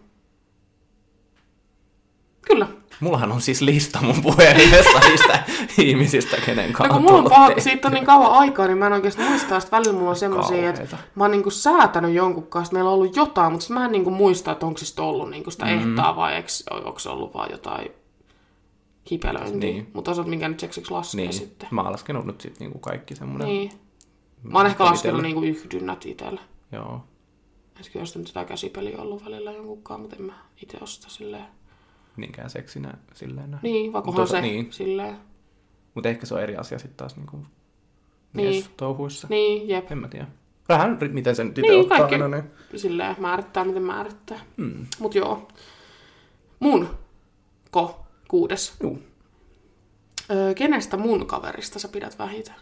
Kyllä.
Mullahan on siis lista mun puhelimessa
<laughs>
niistä ihmisistä, kenen
No
kanssa
kun mulla on paha, siitä on niin kauan aikaa, niin mä en oikeastaan muista, että välillä mulla on semmoisia, että
Kauheeta.
mä oon niinku säätänyt jonkun kanssa, että meillä on ollut jotain, mutta sitten mä en niinku muista, että onko siis ollut niinku sitä mm. ehtaa vai onko se ollut vaan jotain hipelöintiä. Niin.
Niin.
Mutta osaat minkä nyt seksiksi laskee niin.
Niin,
sitten.
mä oon laskenut nyt sitten niinku kaikki semmoinen.
Niin. Mä oon ehkä laskenut
Itellä.
niinku yhdynnät itsellä.
Joo.
Et kyllä sitä nyt jotain käsipeliä on ollut välillä jonkunkaan, mutta en mä itse osta silleen.
Niinkään seksinä silleen näin.
Niin, vaikka
Mutta
onhan
tota,
se
Niin,
silleen.
mutta ehkä se on eri asia sitten taas niinku
Niin.
niin. touhuissa.
Niin, jep.
En mä tiedä. Vähän ri- miten sen itse
Niin,
ottaa
kaikki.
aina, niin.
Silleen määrittää, miten määrittää.
Mm.
Mut joo. Mun ko kuudes.
Juu.
Öö, kenestä mun kaverista sä pidät vähiten?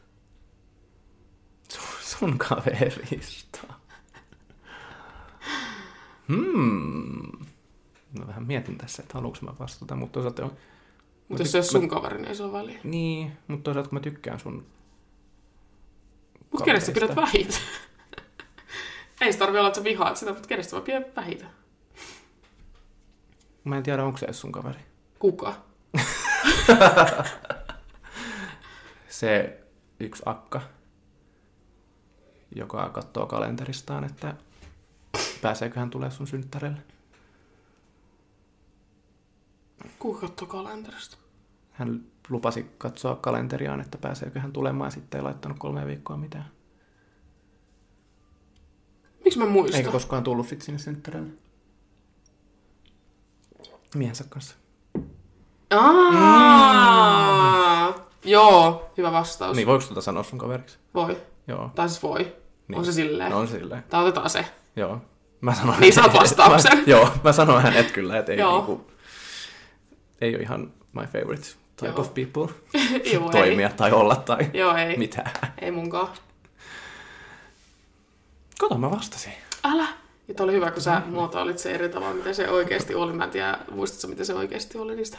Sun, sun kaverista. Hmm. No vähän mietin tässä, että haluanko mä vastata, mutta toisaalta on...
Mutta jos se on sun kaveri, niin ei se ole väliä.
Niin, mutta toisaalta kun mä tykkään sun
Mut kenestä sä pidät
kavereista.
vähiten? <laughs> ei se tarvi olla, että sä vihaat sitä, mutta kenestä mä pidän vähiten?
Mä en tiedä, onko se edes sun kaveri.
Kuka?
Se yksi akka, joka katsoo kalenteristaan, että pääseekö hän tulee sun synttärelle.
Kuka katsoo kalenterista?
Hän lupasi katsoa kalenteriaan, että pääseekö hän tulemaan ja sitten ei laittanut kolme viikkoa mitään.
Miksi mä muistan?
Eikä koskaan tullut sit sinne synttärelle. Miehensä kanssa.
Aa! Joo, hyvä vastaus.
Mm. Niin, voiko tuota sanoa sun kaveriksi?
Voi.
Joo.
Tai siis voi. Niin.
Niin.
On se silleen.
No
No.
on silleen.
Tää otetaan se. <laughs>
Joo. Mä sanoin
Niin, saat
hänet-
vastauksen.
Mä, joo, mä sanoin hänet kyllä, että ei,
Joo.
niinku, ei ole ihan my favorite type
Joo.
of people
Joo,
toimia Niin. tai olla tai
Ei. Joo, ei.
mitään.
Ei munkaan.
Kato, mä vastasin.
Älä. Ja toi oli hyvä, kun sä muotoilit se eri tavalla, mitä se oikeasti oli. Mä en tiedä, muistatko, mitä se oikeasti oli niistä.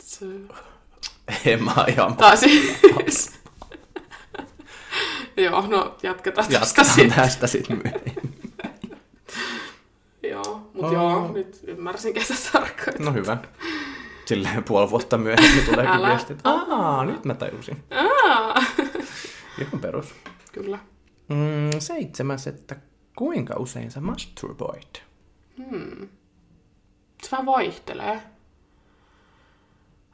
Se...
En mä ihan
Tai siis... <laughs> Joo, no jatketaan, tästä
jatketaan
sitten.
tästä sitten myöhemmin.
Joo, mut
Oh.
joo, nyt ymmärsin, ketä sä tarkoitat.
No hyvä. Silleen puoli vuotta myöhemmin tulee
Älä.
kyllä viesti, että aah, nyt mä tajusin.
Aa,
Ah. Ihan perus.
Kyllä.
Mm, seitsemäs, että kuinka usein sä masturboit?
se vähän vaihtelee.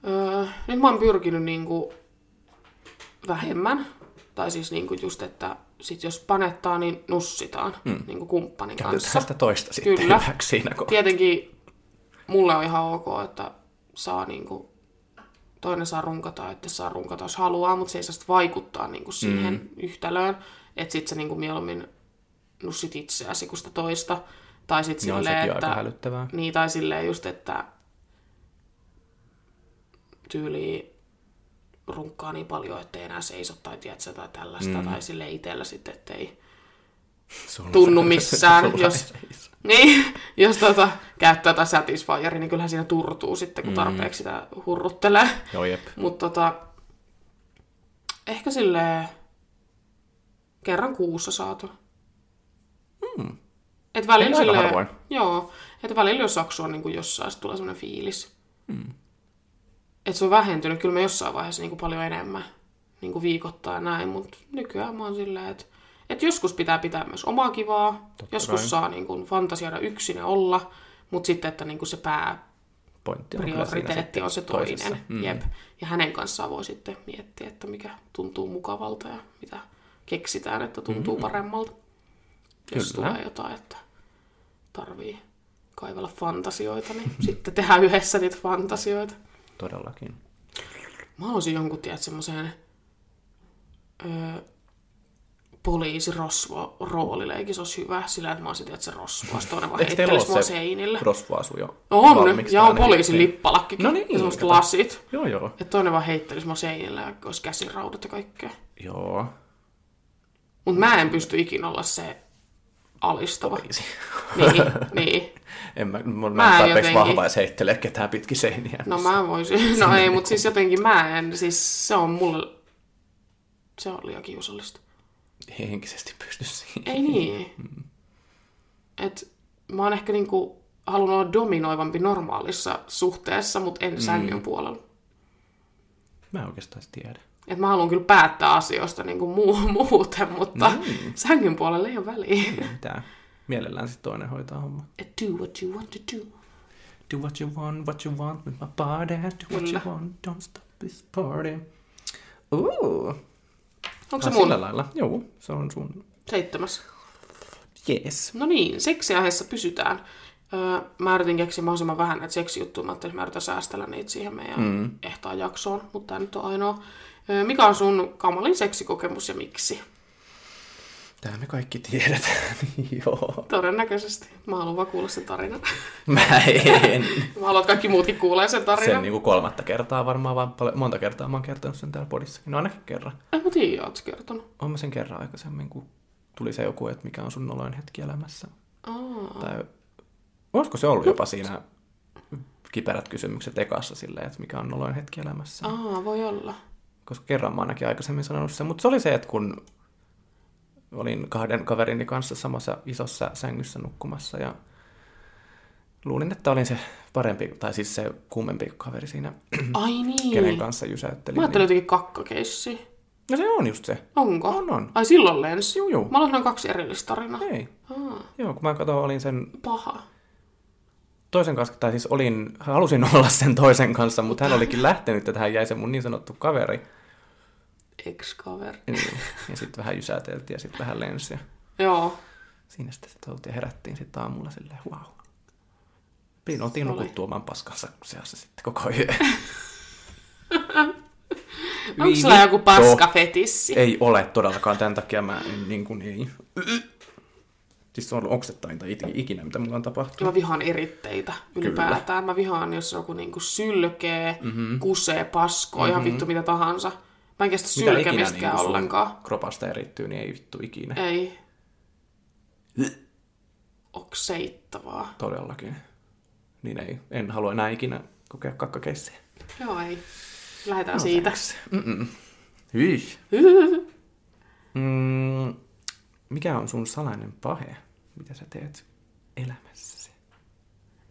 Öö, nyt mä oon pyrkinyt niinku vähemmän. Tai siis niinku just, että sit jos panettaa, niin nussitaan mm. niinku kumppanin
Käytetään
kanssa.
sitä toista sitten
Kyllä.
kyllä. hyväksi siinä kohdassa.
Tietenkin mulle on ihan ok, että saa niinku, toinen saa runkata, että saa runkata, jos haluaa, mutta se ei saa sit vaikuttaa niinku siihen mm. yhtälöön. Että sit sä niinku mieluummin nussit itseäsi kuin sitä toista. Tai sit
Niin on
silleen,
sekin
että...
aika hälyttävää.
Niin, tai silleen just, että tyyli runkkaa niin paljon, ettei enää seiso tai tiedätkö, tai tällaista, mm. tai sille itsellä sitten, ettei
Sulla
tunnu
se-
missään,
sulla
jos-
se iso.
niin, <laughs> jos tota, käyttää tätä satisfieria, niin kyllähän siinä turtuu sitten,
Mm.
kun tarpeeksi sitä hurruttelee. <laughs>
Joo, jep.
Mutta tota, ehkä silleen kerran kuussa saatu. Mm. Et välillä
Eli Mm.
silleen,
aika harvoin.
Joo, että välillä jos saksua niin kuin jossain, sit tulee semmoinen fiilis. Mm. Että se on vähentynyt kyllä mä jossain vaiheessa niin kuin paljon enemmän niin kuin viikoittain näin, mutta nykyään mä oon silleen, että et joskus pitää pitää myös omaa kivaa, Totta joskus
kai.
saa niin kuin fantasioida yksin ja olla, mutta sitten, että niin kuin se pää
Pointti on kyllä siinä
prioriteetti
sitten
on se toinen.
toisessa.
Mm. Jep. Ja hänen kanssaan voi sitten miettiä, että mikä tuntuu mukavalta ja mitä keksitään, että tuntuu mm. paremmalta. Jos
Mm, Kyllä.
tulee jotain, että tarvii kaivella fantasioita, niin <laughs> sitten tehdään yhdessä niitä fantasioita.
Todellakin.
Mä haluaisin jonkun, tiedät, semmoiseen öö, poliisirosvo roolileikin, se olisi hyvä sillä, että mä olisin, tiedät, se rosvo, toinen vaan
Eikö teillä
heittelisi
ole
mua
se
seinille.
Rosvaasu jo
On,
valmiiksi
ja on
ainakin,
poliisin
niin-
lippalakki.
No niin,
ja semmoiset
kato.
lasit.
Joo, joo.
Ja toinen vaan heittelisi mua seinillä ja olisi käsiraudat ja kaikkea.
Joo. <laughs>
Mut mä en pysty ikinä olla se alistava.
Poliisi. <laughs>
Niin, niin.
En mä,
Mä
mä,
en
mä en tarpeeksi
jotenkin-
vahva edes heittelee ketään pitkin seiniä.
No
missä-
mä voisin. No ei, mut siis jotenkin mä en. Siis se on mulle... Se on liian kiusallista.
Ei henkisesti pysty siihen.
Ei niin. Et mä oon ehkä niinku halunnut olla dominoivampi normaalissa suhteessa, mutta en sängyn puolella.
Mä en oikeastaan tiedä.
Et mä haluan kyllä päättää asioista niin kuin <laughs> muu, muuten, mutta mm. sängyn puolelle ei ole väliä.
Ei mitään. Mielellään sitten toinen hoitaa homma.
Et do what you want to do.
Do what you want, what you want with my body. Do what
Kyllä.
you want, don't stop this party. Ooh.
Onko se
Ai,
mun
Ah, Sillä lailla. Joo, se on sun.
seitsemäs?
Jees.
No niin, seksiaiheessa pysytään. Öö, mä yritin keksiä mahdollisimman vähän näitä seksijuttuja, mä ajattelin, että mä yritän säästellä niitä siihen meidän mm. ehtaan jaksoon, mutta tämä nyt on ainoa. Öö, mikä on sun kamalin seksikokemus ja miksi?
Tää me kaikki tiedetään. <laughs> Joo.
Todennäköisesti. Mä haluan vaan kuulla sen tarinan. <laughs>
Mä en.
Mä haluan, että kaikki muutkin kuulee sen
sen
tarinan.
niinku kolmatta kertaa varmaan, vaan paljon, monta kertaa mä oon kertonut sen täällä podissakin. No ainakin kerran.
En mä tiedä, niin, ootko kertonut.
Oon mä sen kerran aikaisemmin, kun tuli se joku, että mikä on sun noloin hetki elämässä.
Aa,
Tai olisiko se ollut jopa siinä kiperät kysymykset ekassa silleen, että mikä on noloin hetki elämässä.
aa, voi olla.
Koska kerran mä ainakin aikaisemmin sanonut sen, mutta se oli se, että kun olin kahden kaverini kanssa samassa isossa sängyssä nukkumassa ja luulin, että olin se parempi, tai siis se kummempi kaveri siinä,
Ai niin.
Mhm. kenen kanssa jysäyttelin.
Mä ajattelin jotenkin kakkakessi.
No se on just se.
Onko?
On, on.
Ai silloin lensi.
Juu, Niin. juu.
Mä olen noin kaksi erillistarinaa.
Ei.
Aa,
Joo, kun mä katsoin, olin sen
paha.
toisen kanssa, tai siis olin, halusin <laughs> olla sen toisen kanssa, mutta hän olikin lähtenyt, että hän jäi se mun niin sanottu kaveri.
Ex-kaveri.
Niin. Ja sitten vähän jysäteltiin ja sitten vähän lensi. Ja
Joo.
siinä sitten sit oltiin ja herättiin sitten aamulla silleen, wow. Niin oltiin
oli.
nukuttu oman paskansa seassa sitten koko
<laughs>
yön.
Onko sulla joku
Niin, Vittu.
paskafetissi?
Ei ole todellakaan tämän takia mä en, niin kuin ei. Siis se on ollut oksettainta it- ikinä, mitä mulla on tapahtunut.
Mä vihaan eritteitä ylipäätään. Mä vihaan, jos joku niinku sylkee, mm-hmm.
Mhm.
kusee, paskoo, mm-hmm. ihan vittu mitä tahansa. Mä en kestä
Mitä ikinä
sylkemistäkään
niinku sun
ollenkaan.
kropasta erittyy, niin ei vittu ikinä.
Ei. Okseittavaa.
Todellakin. Niin ei, en halua enää ikinä kokea kakkakeissiä.
Joo, ei. Lähdetään siitä.
Mm-mm. Hyi. Mm, mikä on sun salainen pahe, mitä sä teet elämässäsi?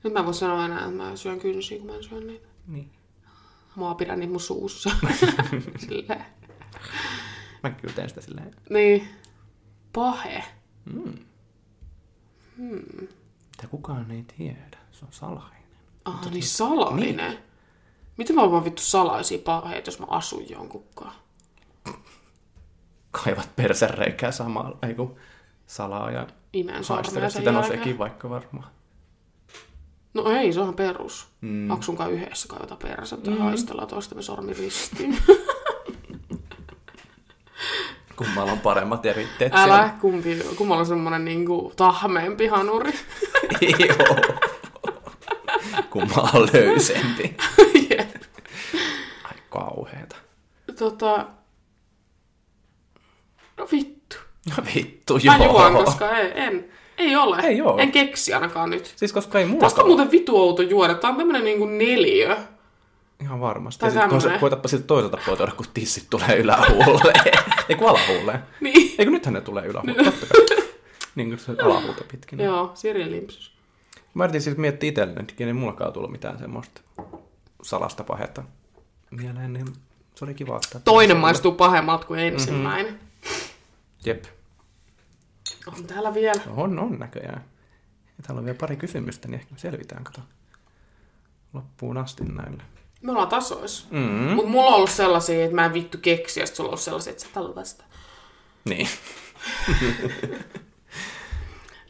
Nyt mä voin sanoa enää, että mä syön kynsiä, kun mä en syö niitä.
Niin.
Mua pidän niin mun suussa. Silleen.
Mä kyllä teen sitä silleen.
Niin. Pahe.
Mitä kukaan ei tiedä. Se on salainen.
Aha, niin salainen. Niin. Miten mä voin vittu salaisia paheita, jos mä asun jonkunkaan?
Kaivat persereikää samalla, ei kun salaa ja
Imen sormia
haistelet
sen
sitä. No
jälkeen.
sekin vaikka varmaan.
No ei, se on perus. Mm. Onko sunkaan yhdessä kaivata persettä mm. ja haistellaan toistemme sormi ristiin?
Kummalla on paremmat eritteet
Älä, kumpi, kummalla on semmonen niinku tahmeempi hanuri.
siellä. <laughs> Joo. Kummalla on löysempi.
<laughs> Jep.
Ai kauheeta.
tota... No vittu.
No vittu,
Mä
joo.
juon, koska ei, en. Ei ole.
Ei oo.
En keksi ainakaan nyt.
Siis koska ei mulla
Tästä on
ole.
muuten vitu outo juoda. Tää on tämmönen niinku neliö. <laughs>
Ihan varmasti.
Tai
Ja sit
tämmönen.
toisa- koetapa siltä toiselta puolelta tuoda, kun tissit tulee ylähuulle. <laughs> ei kun alahuulle.
Niin.
Eikö nythän ne tulee ylähuulle, totta
<laughs>
kai. Niin kuin se alahuulta pitkin.
Joo, Siri limpsus.
Mä yritin siis miettiä itselleni, että ei mullakaan tullut mitään semmoista salasta pahetta mieleen, niin se oli kiva ottaa.
Toinen maistuu pahemmalta kuin ensimmäinen. Mm-hmm.
Jep. Mm-hmm.
On täällä vielä.
On, on näköjään. Ja täällä on vielä pari kysymystä, niin ehkä me selvitään, kato. Loppuun asti näillä.
Me ollaan tasois.
Mm.
Mut mulla on ollut sellaisia, että mä en vittu keksiä, sit sulla on ollut sellaisia, että sä talu vasta.
Niin.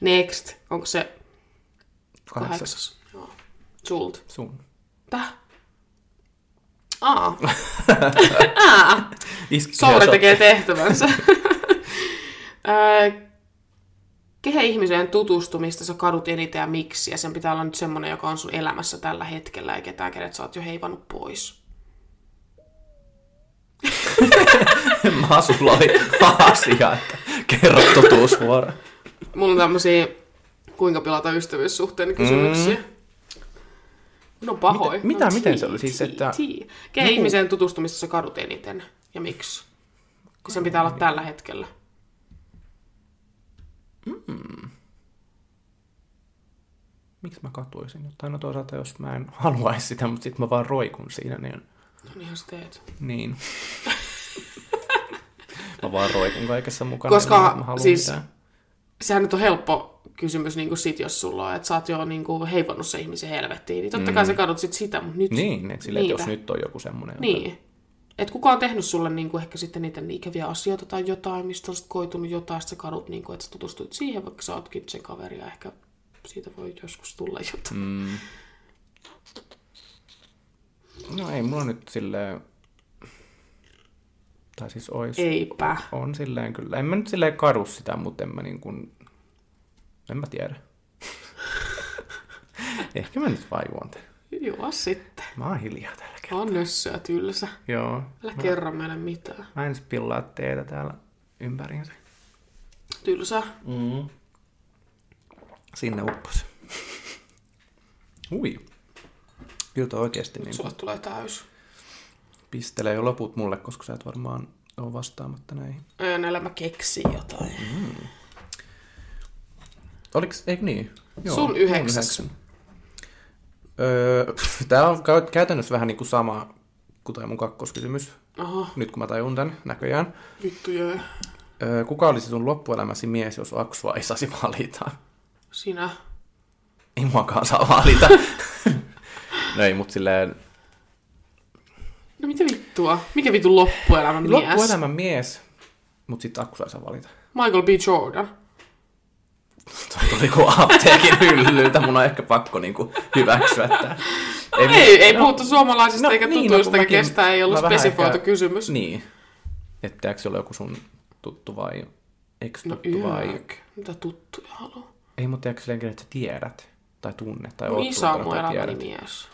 Next. Onko se
Kahdeksas.
kahdeksas? Joo. Sult.
Sun.
Täh? Aa.
Iski
Soure tekee tehtävänsä. <laughs> Öö, Kehen ihmiseen tutustumista sä kadut eniten ja miksi? Ja sen pitää olla nyt semmonen, joka on sun elämässä tällä hetkellä, ja ketään, kenet sä oot jo heivannut pois.
Mä sulla oli asia, että kerro totuus suoraan.
Mulla on tämmösiä, kuinka pilata ystävyyssuhteen kysymyksiä. Mm. No pahoin.
Mm-hmm. Mitä- mitä-
no,
miten
tii,
se oli? Siis,
tii,
että-
tii. Kehen
Joku-
ihmiseen tutustumista sä kadut eniten ja miksi? Ja sen pitää olla tällä hetkellä.
miksi mä katuisin jotain? No toisaalta jos mä en haluaisi sitä, mutta sitten mä vaan roikun siinä, niin...
No niinhän sä teet.
niin. mä vaan roikun kaikessa mukana.
Koska
en mä- mä haluan
siis-
mitään.
Sehän nyt on helppo kysymys niin kuin sit, jos sulla on, että sä oot jo niin kuin heivonnut se ihmisen helvettiin, niin totta kai sä kadut sit sitä, mutta nyt...
Niin, että silleen, että jos
Niinpä.
nyt on joku semmoinen...
Niin. Että kuka on tehnyt sulle niin kuin ehkä sitten niitä niin ikäviä asioita tai jotain, mistä on sitten koitunut jotain, sit sä kadut, niin kuin, että sä tutustuit siihen, vaikka sä ootkin sen kaveria, ehkä siitä voi joskus tulla jotain. Mm.
No ei, mulla nyt silleen... Tai siis ois...
Eipä.
On silleen kyllä. En mä nyt silleen kadu sitä, mutta en mä niin kuin... En mä tiedä. <laughs> Ehkä mä nyt vaivuon tän.
Joo, sitten.
Mä oon hiljaa tällä kertaa.
On nössöä tylsä.
Joo.
Älä kerro meille mitään.
Mä en spillaa teitä täällä ympäriinsä.
Tylsä.
Mm. Sinne uppos. Ui. Kyllä toi oikeesti niin
Sulla tulee täys.
pistelee jo loput mulle, koska sä et varmaan ole vastaamatta näihin.
Äänellä Öö, mä keksin jotain. Mm.
Oliks, eikö niin?
Sun
mun
yhdeksäs.
yhdeksän. Öö, <laughs> tää on kä- käytännössä vähän niin kuin sama kuin toi mun kakkoskysymys,
Aha,
nyt kun mä tajun tän näköjään.
vittu joo.
Öö, kuka olisi sun loppuelämäsi mies, jos aksua ei saisi valita?
Sinä.
Ei muakaan saa valita. <laughs> no ei, mut silleen...
No mitä vittua? Mikä vittu loppuelämän mies?
Loppuelämän Niin, mies, mut sit aksua ei saa valita.
Michael B. Jordan.
Toi tuli kuin apteekin hyllyltä, mun on ehkä pakko niinku hyväksyä tää.
Ei, ei,
No.
ei puhuttu suomalaisista no, eikä
niin,
tutuista,
kun
niin,
mäkin-
kestä ei ollut
mä vähän
spesifoitu
ehkä-
kysymys.
Niin. Että pitääkö se olla joku sun tuttu vai
No
ex-tuttu no, vai...
yök. Mitä tuttuja haluaa?
Ei, mutta tiedätkö silleen, että sä tiedät tai tunnet tai
Mun
oot
isä on
tuntenut
Niin, mun
tai
elämäni
tiedät.
mies.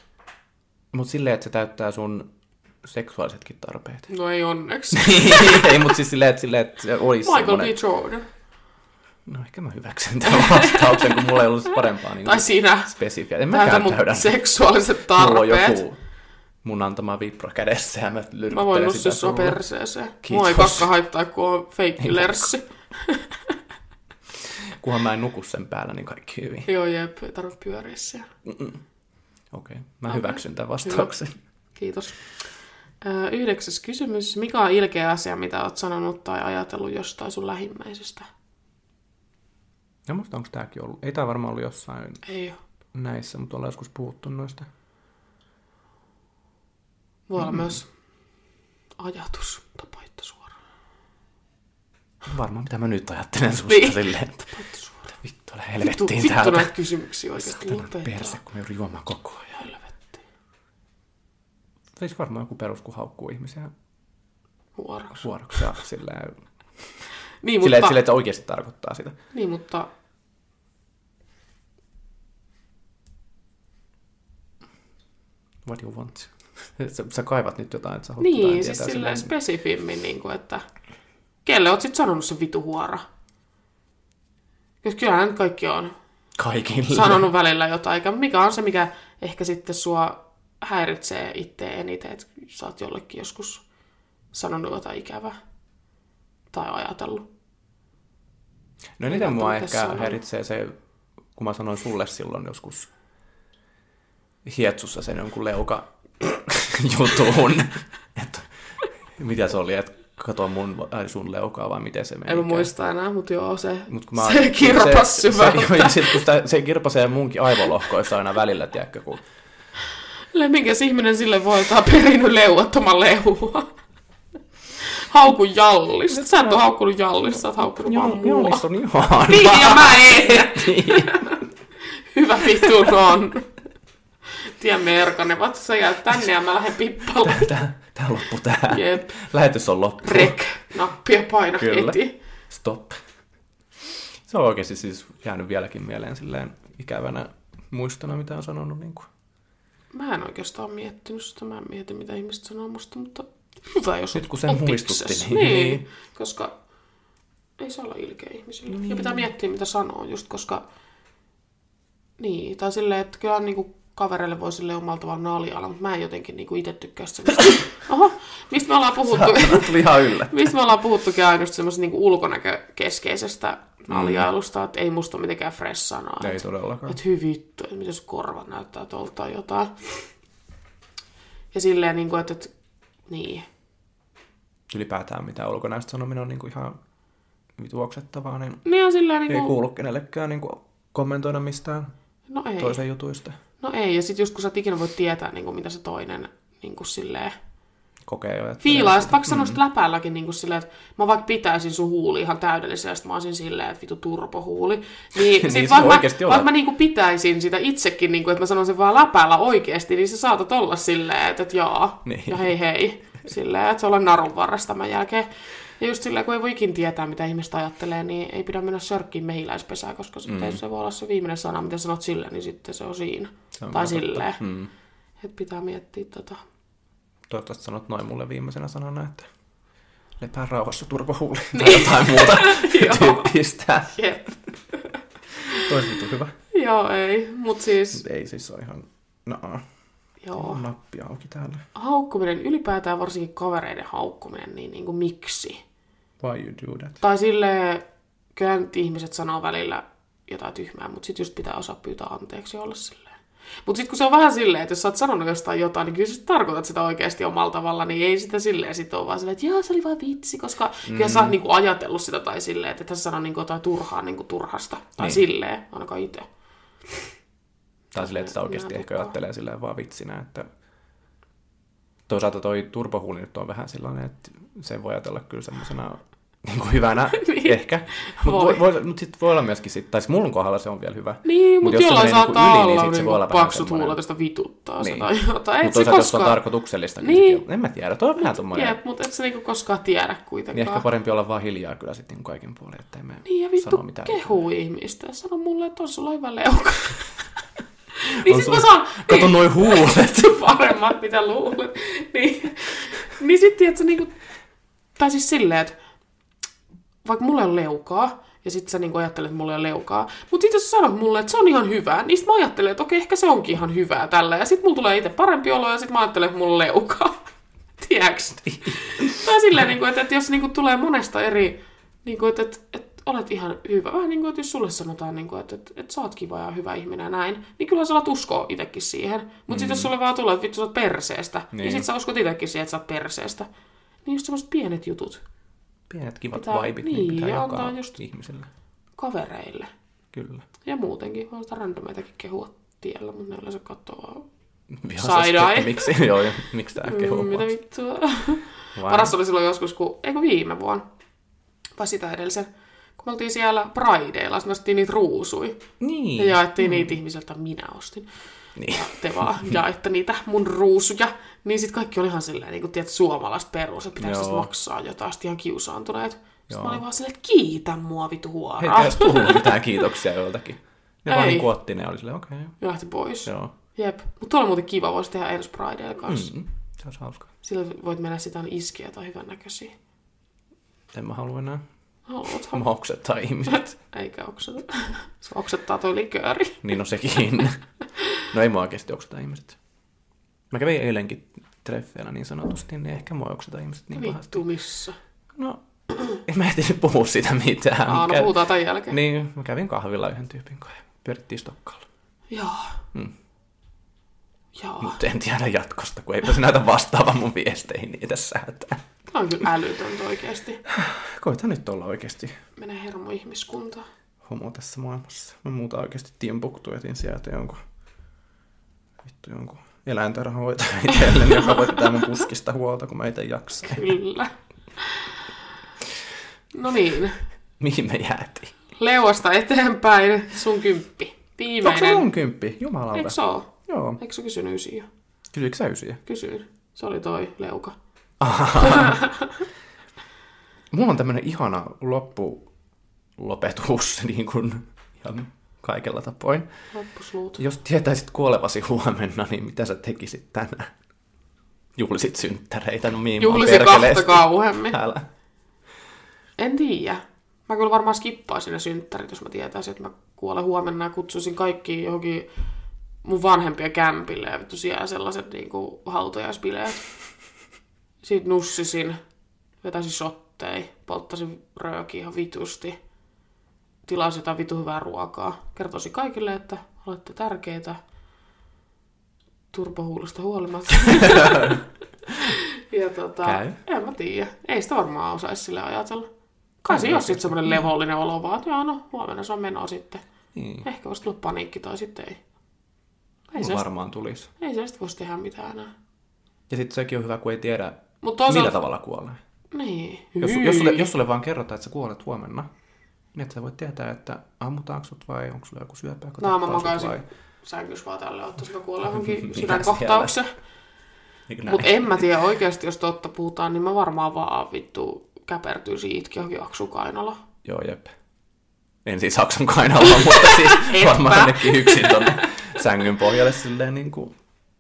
Mut silleen, että se täyttää sun seksuaalisetkin tarpeet. <laughs>
No ei onneksi.
ei, mut siis silleen, että, silleen, että se olisi
Michael
semmonen...
B. Jordan.
No ehkä mä hyväksyn tämän <laughs> vastauksen, kun mulla ei ollut parempaa niin
Tai sinä.
spesifiä. En
Täytä
mäkään
mun <laughs>
täydä.
seksuaaliset
Mulla on
tarpeet.
joku mun antama vibra kädessä ja mä lyrkyttelen
Mä voin
sitä
nussia sua
sulle.
perseeseen. Mua
Kiitos.
ei pakka haittaa, kun on feikki lerssi.
Kunhan mä en nuku sen päällä, niin kaikki hyvin.
Joo, jep, ei tarvitse pyöriä siellä.
Okei, okay. mä hyväksyn tämän vastauksen.
Kiitos. Ö, Yhdeksäs kysymys. Mikä on ilkeä asia, mitä oot sanonut tai ajatellut jostain sun lähimmäisestä?
Ja muista, onko tämäkin ollut? Ei tämä varmaan ollut jossain
Ei oo.
näissä, mutta ollaan joskus puhuttu noista.
Voi
Mm.
olla myös ajatus tapaittu suoraan.
Varmaan mitä mä nyt ajattelen susta niin.
Niin.
silleen, että
Tapaittu suoraan.
vittu, ole
Vittu,
helvettiin
vittu
täältä.
näitä kysymyksiä oikeesti
Vittu, perse,
lopettaa.
kun me juuri juomaan koko ajan.
Helvetti.
Siis varmaan joku perus, kun haukkuu ihmisiä
Huoraus.
suoraksi ja
Niin,
silleen, silleen,
mutta,
että, silleen, että oikeasti tarkoittaa sitä.
niin, mutta
What you want? <laughs> Sä, sä kaivat nyt jotain, että sä haluat jotain
niin, siis
tietää
silleen spesifimmin, niin kuin, että kelle oot sit sanonut se vitu huora? Koska kyllähän nyt kaikki on
kaikille.
sanonut välillä jotain, eikä mikä on se, mikä ehkä sitten sua häiritsee itse eniten, että sä oot jollekin joskus sanonut jotain ikävää tai ajatellut.
No niitä
Mitä
mua
mitä
ehkä
sanoo?
häiritsee se, kun mä sanoin sulle silloin joskus hietsussa sen jonkun leuka <laughs> jutun, <laughs> että mitä se oli, että kato mun tai sun leukaa vai miten se meni.
En mä muista enää, mutta joo, se,
Mut kun
mä, se kirpas syvältä.
Se, <laughs> joo, ja sit kun sitä, se kirpasee munkin aivolohkoissa aina välillä, tiedätkö, kun
Minkäs ihminen sille voi ottaa perinnyt leuattoman lehua? Hauku jallista. Sä et oo haukkunut jallista, sä oot haukkunut vaan
joo,
mua.
niissä on ihan.
Niin, ja mä en. <laughs> Hyvä vittu on. Tiemme erkanevat, sä jäät tänne ja mä lähden pippalle.
<laughs> Tää, tää loppu tää.
Jep.
Lähetys on loppu.
Rek, nappia paina
Kyllä.
heti.
Stop. Se on oikeasti siis jäänyt vieläkin mieleen silleen ikävänä muistona, mitä on sanonut. Niin kuin.
Mä en oikeastaan miettinyt sitä, mä en mieti mitä ihmiset sanoo musta, mutta hyvä jos
Nyt kun sen muistutti, niin-
Niin, niin, koska ei saa olla ilkeä ihmisille. Niin. Ja pitää miettiä mitä sanoo, just koska... Niin, tai silleen, että kyllä niinku kavereille voi sille omalla tavalla naalialla, mutta mä en jotenkin niinku itse tykkää semmoista.
<coughs>
Oho, mistä me ollaan puhuttu?
Tuli ihan
<laughs>
yllä.
<coughs> Mistä me ollaan puhuttukin aina just semmoisesta niinku ulkonäkökeskeisestä
Mm.
naljailusta, että ei musta ole mitenkään fressanaa.
Ei todellakaan.
Että hyvittu, vittu, että miten se korva näyttää tuolta tai jotain. Ja silleen, niin kuin, että, että niin,
Ylipäätään mitä ulkonäöstä sanominen on niin kuin ihan vituoksettavaa, niin
Niin on silleen
ei
niinku...
kuulu kenellekään niin kuin kommentoida mistään
No ei.
toisen jutuista.
No ei, ja sitten just kun sä et ikinä voi tietää, niinku, mitä se toinen niinku, silleen...
Kokee jo, että...
Fiilaa, ja sit vaikka sanoisit läpäälläkin niinku, silleen, että mä vaikka pitäisin sun huuli ihan täydellisen, ja sit mä olisin silleen, että vitu turpohuuli. Niin,
Niin,
sit
sä
vaikka, mä,
oikeesti olet.
vaikka mä niinku, pitäisin sitä itsekin, niinku, että mä sanon sen vaan läpäällä oikeesti, niin sä saatat olla silleen, että, että jaa,
Niin.
ja hei hei. Silleen, että se ollaan narun varressa tämän jälkeen. Ja just silleen, kun ei voikin tietää, mitä ihmistä ajattelee, niin ei pidä mennä sörkkiin mehiläispesään, koska sitten se voi olla se viimeinen sana, mitä sanot sille, niin sitten se on siinä.
Se on
tai
kyllä totta.
silleen.
Mm.
Että pitää miettiä tota.
Toivottavasti sanot noin mulle viimeisenä sanana, että lepää rauhassa turvahuuli
Niin.
tai
<laughs>
jotain muuta tyyppistä.
Jep.
Toisi vittu siis hyvä.
Joo, ei. Mut siis,
Ei siis ole ihan... No,
joo.
on nappi auki täällä.
Haukkuminen, ylipäätään varsinkin kavereiden haukkuminen, niin, niin kuin miksi?
Why you do that?
Tai sille kyllä nyt ihmiset sanoo välillä jotain tyhmää, mutta sitten just pitää osaa pyytää anteeksi ja olla silleen. Mutta sitten kun se on vähän silleen, että jos sä oot sanonut jostain jotain, niin kyllä sä sit tarkoitat sitä oikeasti omalla tavalla, niin ei sitä silleen sit ole vaan silleen, että jaa, se oli vaan vitsi, koska mm. kyllä sä oot niinku ajatellut sitä tai silleen, että et sä sano niinku jotain turhaa niinku turhasta. Tai niin.
Niin.
silleen, ainakaan itse.
Tai silleen, että sitä oikeasti
Ihan
ehkä
totta.
ajattelee silleen vaan vitsinä, että... Toisaalta toi turvahuuli nyt on vähän sellainen, että sen voi ajatella kyllä semmoisena <laughs> niin kuin hyvänä
<laughs> Niin.
ehkä. Mutta
Voi.
voi. Voi, mut sit voi olla myöskin, sit, tai siis mun kohdalla se on vielä hyvä.
Niin, mutta
jos se
jollain
menee niinku
saattaa
yli,
olla
sit se
niinku
voi olla vähän
paksut
semmoinen-
huulet, josta vituttaa niin. se
Niin.
tai jotain. Et se
Mutta toisaalta jos on
koskaan...
tarkoituksellista,
Niin.
niin. sekin on- en mä tiedä, toi on vähän tommonen,
Jep, mutta et sä niinku koskaan tiedä
niin
kuitenkaan.
ehkä parempi olla vaan hiljaa kyllä sitten niin kaiken puolin, ettei me
Niin ja vittu
sano mitään.
kehuu ihmistä. Sano mulle, että on sulla hyvä
<laughs>
leuka. niin
On
sit mä
sulla-
saan...
Kato noi huulet!
niin, <laughs> paremmat, mitä luulet. niin, niin sit tiedät sä niinku... Tai siis silleen, että vaikka mulla on leukaa, ja sit sä niinku ajattelet, että mulla on leukaa. Mut sit jos sä sanot mulle, että se on ihan hyvää, niin sit mä ajattelen, että okei, ehkä se onkin ihan hyvää tällä. Ja sit mulla tulee itse parempi olo, ja sit mä ajattelen, että mulla on leukaa. <laughs> Tiedäks? tai silleen, niinku, että, että jos niinku tulee monesta eri, niinku, että, että, että olet ihan hyvä. Vähän niin kuin, että jos sulle sanotaan, niinku, että, että, että sä oot kiva ja hyvä ihminen ja näin, niin kyllähän sä alat uskoa itsekin siihen. Mutta mm. sitten jos sulle vaan tulee, että vittu sä oot perseestä, niin, niin
Niin.
sit sä uskot itsekin siihen, että sä oot perseestä. Niin just semmoiset pienet jutut
Pienet kivat
Pitää-
pitää, vibit,
niin,
niin, pitää
ja
jakaa
antaa just-
ihmisille.
kavereille.
Kyllä.
Ja muutenkin, voi sitä randomeitakin kehua tiellä, mutta ne yleensä katsoo vaan,
Vihaisesti,
Side-eye.
että <laughs> miksi, joo, ja miksi tää kehuu
"Mm, mitä
mua?
vittua.
Vai-
Paras oli silloin joskus, kun, eikö viime vuonna, vai sitä edellisen, kun me oltiin siellä Prideilla, sitten me ostettiin niitä ruusui. Ja
Niin.
jaettiin niitä ihmisiltä, minä ostin.
Niin.
Te vaan <laughs> jaette niitä mun ruusuja. Niin sitten kaikki oli ihan silleen, niin kuin tiedät, suomalaiset perus, että pitäisi
Joo.
tästä maksaa jotain, sitten ihan kiusaantuneet. Sitten
Joo.
mä olin vaan silleen, että kiitä mua vitu
Hei,
huoraa.
ei
<laughs>
edes tullut mitään kiitoksia joiltakin. Ne
Ei.
vaan niin otti ne, oli silleen, okei, okay,
Ja lähti pois.
joo.
Jep. Mutta tuolla on muuten kiva, voisi tehdä ensi Prideilla kanssa.
Mm, se olisi hauskaa.
Sillä voit mennä sitä on iskeä tai hyvännäköisiä.
En mä halua enää
Haluathan.
maukset
<laughs>
tai ihmiset.
Eikä okseta. Se oksettaa toi likööri.
niin on sekin. no ei mua oikeasti okseta ihmiset. Mä kävin eilenkin treffeillä niin sanotusti, niin ehkä mua okseta ihmiset niin pahasti.
Vittu missä.
No, <clears throat> en mä ehtinyt puhua sitä mitään.
Aa,
Mä
no
kävin-
puhutaan tämän jälkeen.
Niin, mä kävin kahvilla yhden tyypin kanssa ja pyörittiin Stokkalla.
Joo.
Mm.
Joo.
Mutta en tiedä jatkosta, kun eipä se näytä vastaava mun viesteihin niitä säätää.
Tämä on kyllä älytöntä oikeasti.
Koita nyt olla oikeasti
Mene hermo ihmiskunta.
homo tässä maailmassa. Mä muuta oikeasti timbuktuetin sieltä jonkun, vittu jonkun eläintarhoitajan itselleen,
<laughs>
joka voittaa mun puskista huolta, kun mä itse jaksan.
Kyllä. No niin.
Mihin me jäätiin?
Leuasta eteenpäin. Sun kymppi.
Onko se
Viimeinen.
on kymppi? Jumalauta.
Eikö se oo?
Joo.
Eikö sä kysynyt ysiä?
Kysyikö sä ysiä?
Kysyin. Se oli toi leuka.
Mulla on tämmönen ihana loppulopetus <laughs> niin kuin ihan kaikella tapoin.
Loppusluut.
Jos tietäisit kuolevasi huomenna, niin mitä sä tekisit tänään? Juhlisit synttäreitä, no mihin mä oon
Juhlisi kahta
perkeleesti.
kauhemmin.
Älä.
En tiedä. Mä kyllä varmaan skippaisin ne synttärit, jos mä tietäisin, että mä kuolen huomenna ja kutsuisin kaikki johonkin mun vanhempia kämpille ja vittu siellä sellaiset niinku hautajaisbileet. Sitten nussisin, vetäisin shottei, polttasin röökiä ihan vitusti. Tilasin jotain vitu hyvää ruokaa. Kertoisin kaikille, että olette tärkeitä. Turpohuulusta huolimatta. ja tota,
Käy.
en mä tiedä. Ei sitä varmaan osaisi sille ajatella. Kai
niin.
se jos sitten semmoinen levollinen olo vaan, että joo, no huomenna se on menoa sitten.
Niin.
Ehkä voisi tulla paniikki tai sitten ei. Ei
Mulla
se,
varmaan tulisi.
ei se sitten voisi tehdä mitään enää.
Ja sitten sekin on hyvä, kun ei tiedä,
Mutta
millä
toisaalta...
tavalla kuolee.
Niin.
Jos, jos, sulle, jos sulle vaan kerrotaan, että sä kuolet huomenna, niin et sä voi tietää, että ammutaanko sut vai onko sulla joku syöpä, joka
Naama
tappaa sut
makaisin
vai...
sänkys vaan tälle, ottaisi mä
<laughs>
kuolla johonkin
Mikä
sydänkohtaukseen.
Eikö näin?
Mutta en mä tiedä oikeasti, jos totta puhutaan, niin mä varmaan vaan vittu käpertyy siitäkin johonkin aksukainalo.
Joo, jep. En siis Saksan <laughs> kainalla, mutta siis
Etpä.
varmaan ainakin yksin tonne sängyn pohjalle silleen niin kuin...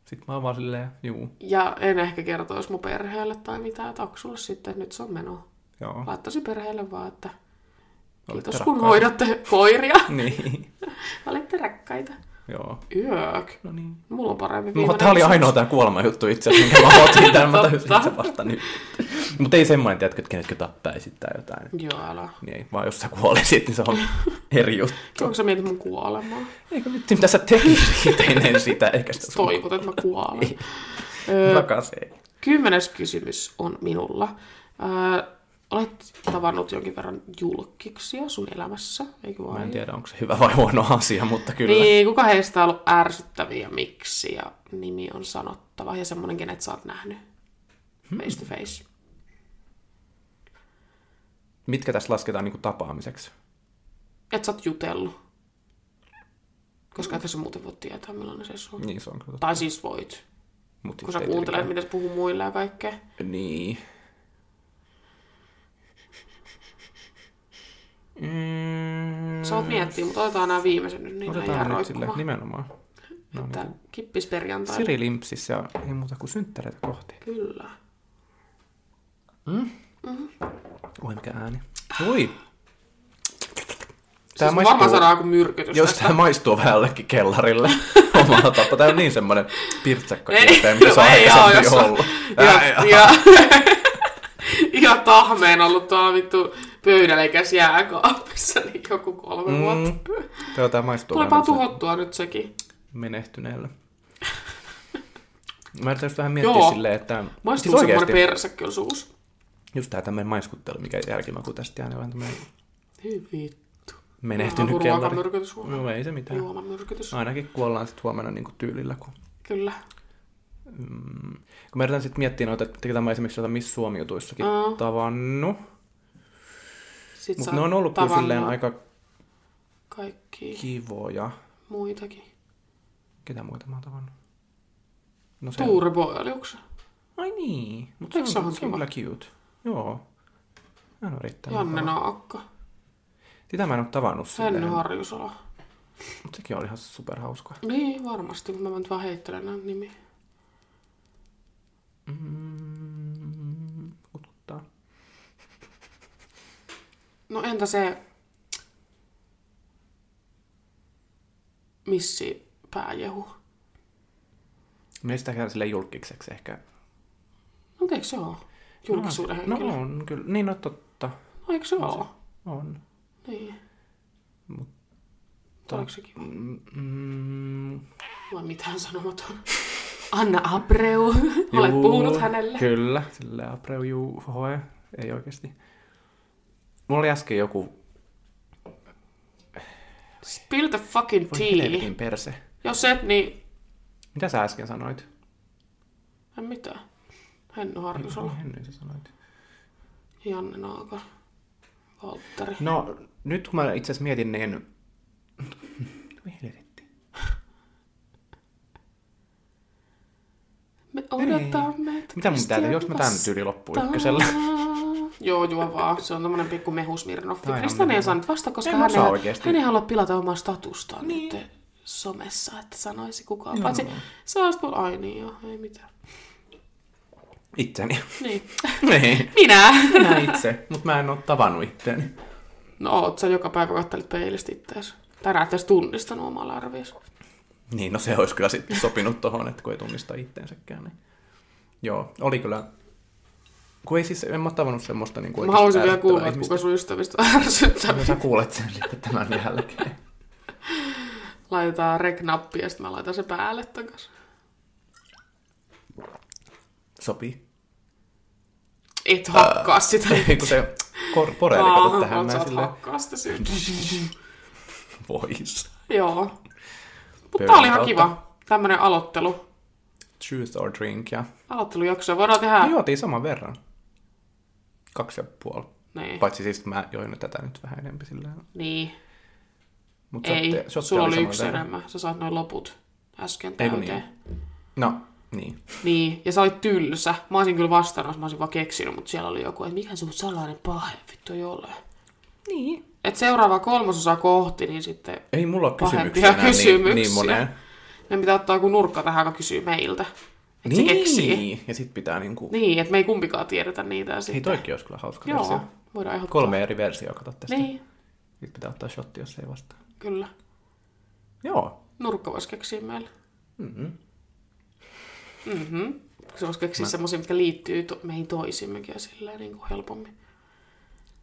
Sitten mä oon vaan silleen, juu,
Ja en ehkä kertoisi mun perheelle tai mitään, että aksulle sitten nyt se on meno.
joo.
Laittaisin perheelle vaan, että
Olitte
kiitos kun
rakkaita.
hoidatte koiria.
<laughs>
<laughs>
Niin,
Olette rakkaita.
joo.
Yök.
No niin.
Mulla on parempi
Mutta
viimeinen
tämä oli
kysymys.
ainoa tämä kuolemajuttu itse asiassa, minkä mä otin tämän, mä tajusin
Totta.
itse vasta nyt. Mutta ei semmoinen, tiedätkö, että kenetkö tappäisit tai jotain.
Joo, älä.
Niin ei, vaan jos sä kuolisit, niin se on eri juttu.
Onko sä mietit mun kuolemaa?
Eikö nyt mitä sä tekit ennen sitä, eikä sitä sun
Toivot, että mä
<laughs>
kuolen.
rakas ei.
Kymmenes kysymys on minulla. Öö, olet tavannut jonkin verran julkiksia sun elämässä, eikö
Mä en
vain?
tiedä, onko se hyvä vai huono asia, mutta kyllä.
Niin, kuka heistä on ollut ärsyttäviä ja miksi? Ja nimi on sanottava ja semmonen, kenet sä oot nähnyt.
Hmm.
Face to face.
Mitkä tässä lasketaan niin kuin tapaamiseksi?
Et sä oot jutellut. Koska et sä muuten voi tietää, millainen se on.
Niin se on kyllä.
Tai siis voit,
Mut
kun
sitten
sä
ei
kuuntelet, miten se puhuu muille ja kaikkea.
tietenkään. Niin. Mm,
Sä oot miettiä, mutta otetaan nämä viimeiset nyt, niin ei jää
otetaan nyt sille
roikkumaan.
nimenomaan. No
Että
niin,
kippis perjantai.
Siri Limpsis ja ei muuta kuin synttäreitä kohti.
Kyllä.
Oi mikä ääni. Oi!
Tämä siis varmaan saadaan joku myrkytys
Jos
Just...
tämä maistuu vähän jollekin kellarille omalla tapaa. Tämä on niin semmoinen pirtsakka
Ei,
kiertää, mitä se on
ei oo,
aikaisemmin
jos on-
ollut. Ää,
Ja, ja, <laughs> ja tahmeen ollut tuolla vittu pöydäleikäs jääkaapissa niin joku kolme mm. vuotta.
Mm. Tämä, tämä maistuu
Tuleepa
vähän
tuhottua nyt sekin.
menehtyneelle. Mä yritän just vähän miettiä
Joo.
silleen, että...
Maistuu
siis
siis
oikeasti,
semmoinen perse kyllä suus.
just tää tämmöinen maiskuttelu, mikä jälkimaku tästä jää, niin vähän tämmöinen
Hyvin vittu.
menehtynyt kellari.
Ruokamyrkytys huomenna.
No ei se mitään.
Juomamyrkytys.
Ainakin kuollaan sitten huomenna niin tyylillä, kun
Kyllä.
Mm. Kun mä yritän sitten miettiä noita, että ketä mä esimerkiksi jotain Miss Suomi-jutuissakin
Aa.
tavannut.
Sit sä
Mutta
oot
ne on ollut kyllä
tavannut
silleen aika
Kaikki
kivoja.
muitakin.
Ketä muita mä oon tavannut? No se
Tuure Boy oli onko se?
Ai niin. Mut
Eikö
se
se
on,
ole
se on
kiva?
kyllä cute. Joo. Hän on erittäin
Janne no
mukava.
Naakka.
Sitä mä en oo tavannut silleen.
Henny Harjusola.
Mutta sekin oli ihan superhauska.
Niin, varmasti, kun mä nyt vaan heittelen näitä nimiä.
Mm, kutkuttaa.
No entä se missi pääjehu?
Meistä käy silleen julkiseksi ehkä.
No eikö se ole? Julkisuuden
no,
henkilö.
no on kyllä. Niin no totta.
no eikö se ole?
On.
Niin.
Mut-
Oliko se kiva?
Mm, mm,
Vai mitään sanomaton? <laughs> Anna
<laughs>
Abreu, olet
Juu,
puhunut hänelle.
Kyllä, sillä Apreu juu, hoe. ei oikeasti. Mulla oli äsken joku
Spill the fucking
voi
tea.
helvetin perse.
Jos et, niin
Mitä sä äsken sanoit?
en mitään. Henny Harjusola,
Henny sä sanoit.
Janne Naaka, Valtteri.
No, nyt kun mä itse asiassa mietin, niin... <laughs> Voi helvetti.
Me odotamme, että
Mitä mun pitää tehdä, jos mä tämän tyyli loppuu ykkösellä?
Joo, juo vaan. Se on tämmönen pikku mehusmirnoffi.
Tää on
Kristian ei
mehua.
osaa nyt vasta, koska
En
hän
osaa
ei,
oikeesti.
hän ei halua pilata omaa statustaan niin. nyt somessa, että sanoisi kukaan. Paitsi se olisi tullut, ai niin joo, ei mitään.
Itteni.
Niin.
<laughs>
<laughs>
Niin.
Minä!
Minä itse, mutta mä en oo tavannut itteeni.
No oot sä joka päivä kattelit peilistä ittees. Tai näet edes tunnistanut omaa larvias.
Niin, no se olisi kyllä sitten sopinut tuohon, että kun ei tunnista iteensäkään. Niin. Joo, oli kyllä... Kun ei siis, en mä tavannut semmoista... Niin kuin
Mä haluaisin vielä
ärsyttävää
kuulla, että
ihmistä.
kuka sun ystävistä <laughs> on ärsyttävä.
No sä kuulet sen sitten tämän jälkeen.
Laitetaan rek-nappi ja sitten mä laitan se päälle takas. <laughs>
Sopii.
Et hakkaa sitä.
Ei, kun se kor- poreili, kato tähän
oot sä
näin
oot
silleen.
hakkaa sitä syytä.
<laughs> Vois.
Joo. Mutta tää
Pöydän
oli ihan
kautta.
kiva. Tämmönen aloittelu.
Choose or drink, ja
Aloittelujaksoja voidaan tehdä.
me juotiin saman verran. Kaksi ja puoli.
Niin.
Paitsi siis mä join nyt tätä nyt vähän enemmän silleen.
niin.
Mut
Ei,
shotti- shotti
sulla oli
saman
yksi
verran.
enemmän. Sä saat noin loput äsken
Ei kun
täyteen. Niin.
No, niin.
niin. ja sä olit tylsä. Mä olisin kyllä vastannut, mä olisin vaan keksinyt, mutta siellä oli joku, että mikä sun salainen pahe vittu jollain.
Niin.
Et seuraava kolmasosa kohti, niin sitten
Ei mulla ole
Pahempia
kysymyksiä enää
kysymyksiä.
Niin, niin moneen.
ne pitää ottaa joku nurkka tähän, joka kysyy meiltä. Et niin. se keksii.
Niin. Ja sit pitää niinku... Niin.
Niin, että me ei kumpikaan tiedetä niitä. ja
Hei,
Sitten.
toikin olisi kyllä hauska
Joo,
versio.
voidaan ehdottaa.
Kolme eri versiota kato tästä.
Niin,
Nyt pitää ottaa shotti, jos ei vastaa.
kyllä.
Joo.
Nurkka voisi keksiä meille.
Mm-hmm.
Mhm. Mhm. Se voisi keksiä Mä... semmoisia, mitkä liittyy to- meihin toisimmekin ja silleen niin kuin helpommin.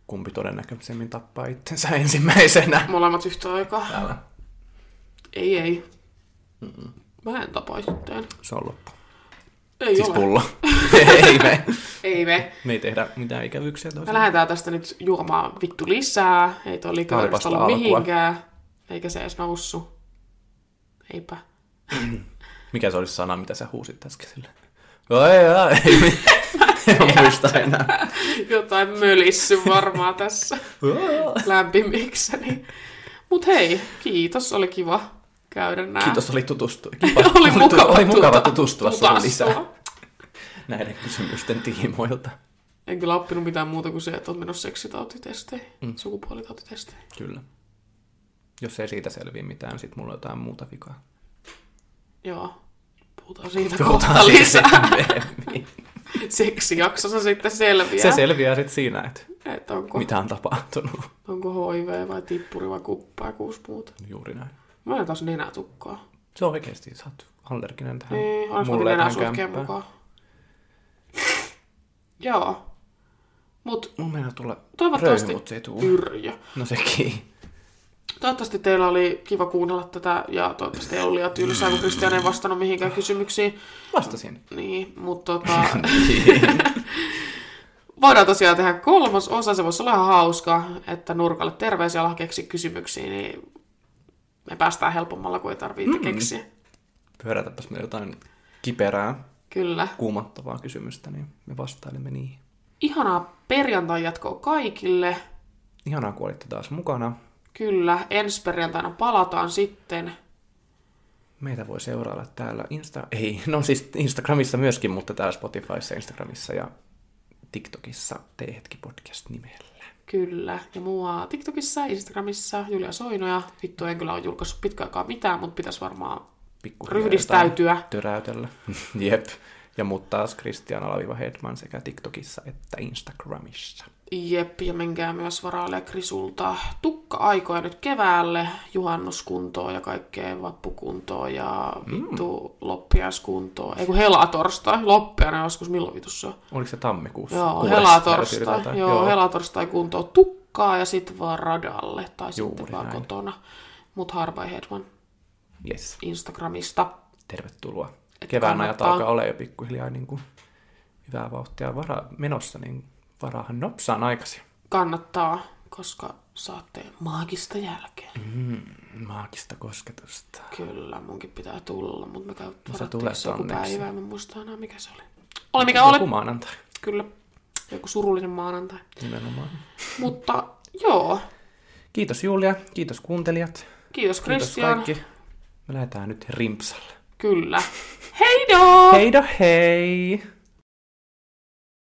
Kumpi todennäköisemmin tappaa itsensä <laughs> ensimmäisenä?
Molemmat yhtä aikaa.
Täällä.
Ei, ei. Mm-mm. Mä en tapa itteen.
Se on loppu.
Ei
siis
ole. <laughs>
pullo. ei me.
Ei me.
Me ei tehdä mitään ikävyyksiä
Me
toisille.
lähdetään tästä nyt juomaan vittu lisää. Ei toi
Tää oli
likööristä
vasta
ollut
alkua.
mihinkään. Eikä se edes noussut. Eipä.
Mikä se olisi sana, mitä sä huusit äsken sille? Oi, oi, <laughs> ei. En muista
<laughs>
enää.
Jotain mölissy varmaan
<laughs>
tässä lämpimikseni. Mut hei, kiitos. Oli kiva käydä nää.
Kiitos, oli tutustu. Kiva.
<laughs> Oli mukava
oli mukava
tuta-
tutustua sun lisää
tutastua.
näiden kysymysten tiimoilta.
En kyllä oppinut mitään muuta kuin se, että on menossa seksitautitesteihin, mm. sukupuolitautitesteihin.
Kyllä. Jos ei siitä selviä mitään, sit mulla on jotain muuta vikaa.
Joo, puhutaan siitä kohta
Puhutaan siitä
lisää.
myöhemmin.
Seksijaksossa sitten selviää,
Se
se
selviää sit siinä, että
että onko,
mitä on tapahtunut.
onko HIV vai tippuri vai kuppa ja kuusi muuta.
Juuri näin.
Mä en taas nenätukkaa.
Se on oikeesti, sä oot allerginen tähän.
Ei, Niin, olisiko
mulle ja
nenä
tähän
suhkeen
kämppään.
mukaan? Joo. Mut
Mun meinaa tulla
Toivottavasti-
röyhy, mut se ei tuu.
yrjö.
No sekin.
Toivottavasti teillä oli kiva kuunnella tätä ja toivottavasti ei ollut liian tylsää, kun Kristian ei vastannut mihinkään kysymyksiin.
<laughs> Vastasin.
Niin, mutta tota, voidaan tosiaan tehdä kolmas osa. Se voisi olla ihan hauska, että nurkalle terveisiä ja keksi kysymyksiä, niin me päästään helpommalla, kuin ei tarvitse mm. keksiä.
Pyörätäpäs meillä jotain kiperää,
Kyllä.
kuumattavaa kysymystä, niin me vastailemme niihin.
Ihanaa perjantai jatkoa kaikille.
Ihanaa, kun olitte taas mukana.
Kyllä, ensi perjantaina palataan sitten.
Meitä voi seurailla täällä Insta... Ei, no siis Instagramissa myöskin, mutta täällä Spotifyssa, Instagramissa ja TikTokissa T-hetki podcast nimellä.
Kyllä. Ja mua TikTokissa, Instagramissa, Julia Soinoja. Vittu, en kyllä ole julkaissut pitkään aikaa mitään, mutta pitäisi varmaan
Pikku
Ryhdistäytyä.
Töräytellä. <laughs> Jep. Ja mut taas Christian Alaviva Hedman sekä TikTokissa että Instagramissa.
Jep, ja menkää myös varaille Krisulta tukka-aikoja nyt keväälle, juhannuskuntoon ja kaikkea vappukuntoon ja vittu mm. loppiaiskuntoon. Ei kun helatorstai, loppiainen joskus, milloin vitus se on?
Oliko se tammikuussa?
Joo,
Kuudes täytyy
helatorstai,
jotain.
joo, joo. helatorstai kuntoon tukkaa ja sitten vaan radalle tai sitten
Juuri
vaan
näin.
kotona. Mut Harvey Hedman
Yes.
Instagramista.
Tervetuloa.
Että
Kevään ajat
kannattaa.
alkaa olla jo pikkuhiljaa niin kuin hyvää vauhtia vara, menossa, niin varaahan nopsaan aikaisin.
Kannattaa, koska saatte maagista jälkeä.
Mm, Maagista kosketusta.
Kyllä, munkin pitää tulla, mutta me käy
sä
varattiin se
tulet
joku
onneksi.
päivä, en mä muista enää mikä se oli. Oli mikä oli,
Joku maanantai
kyllä. Joku surullinen maanantai.
nimenomaan.
Mutta joo,
Kiitos Julia, kiitos kuuntelijat,
kiitos
kiitos
Christian.
kaikki. Me lähdetään nyt rimpsalle.
Kyllä. Hei doo!
Heido hei!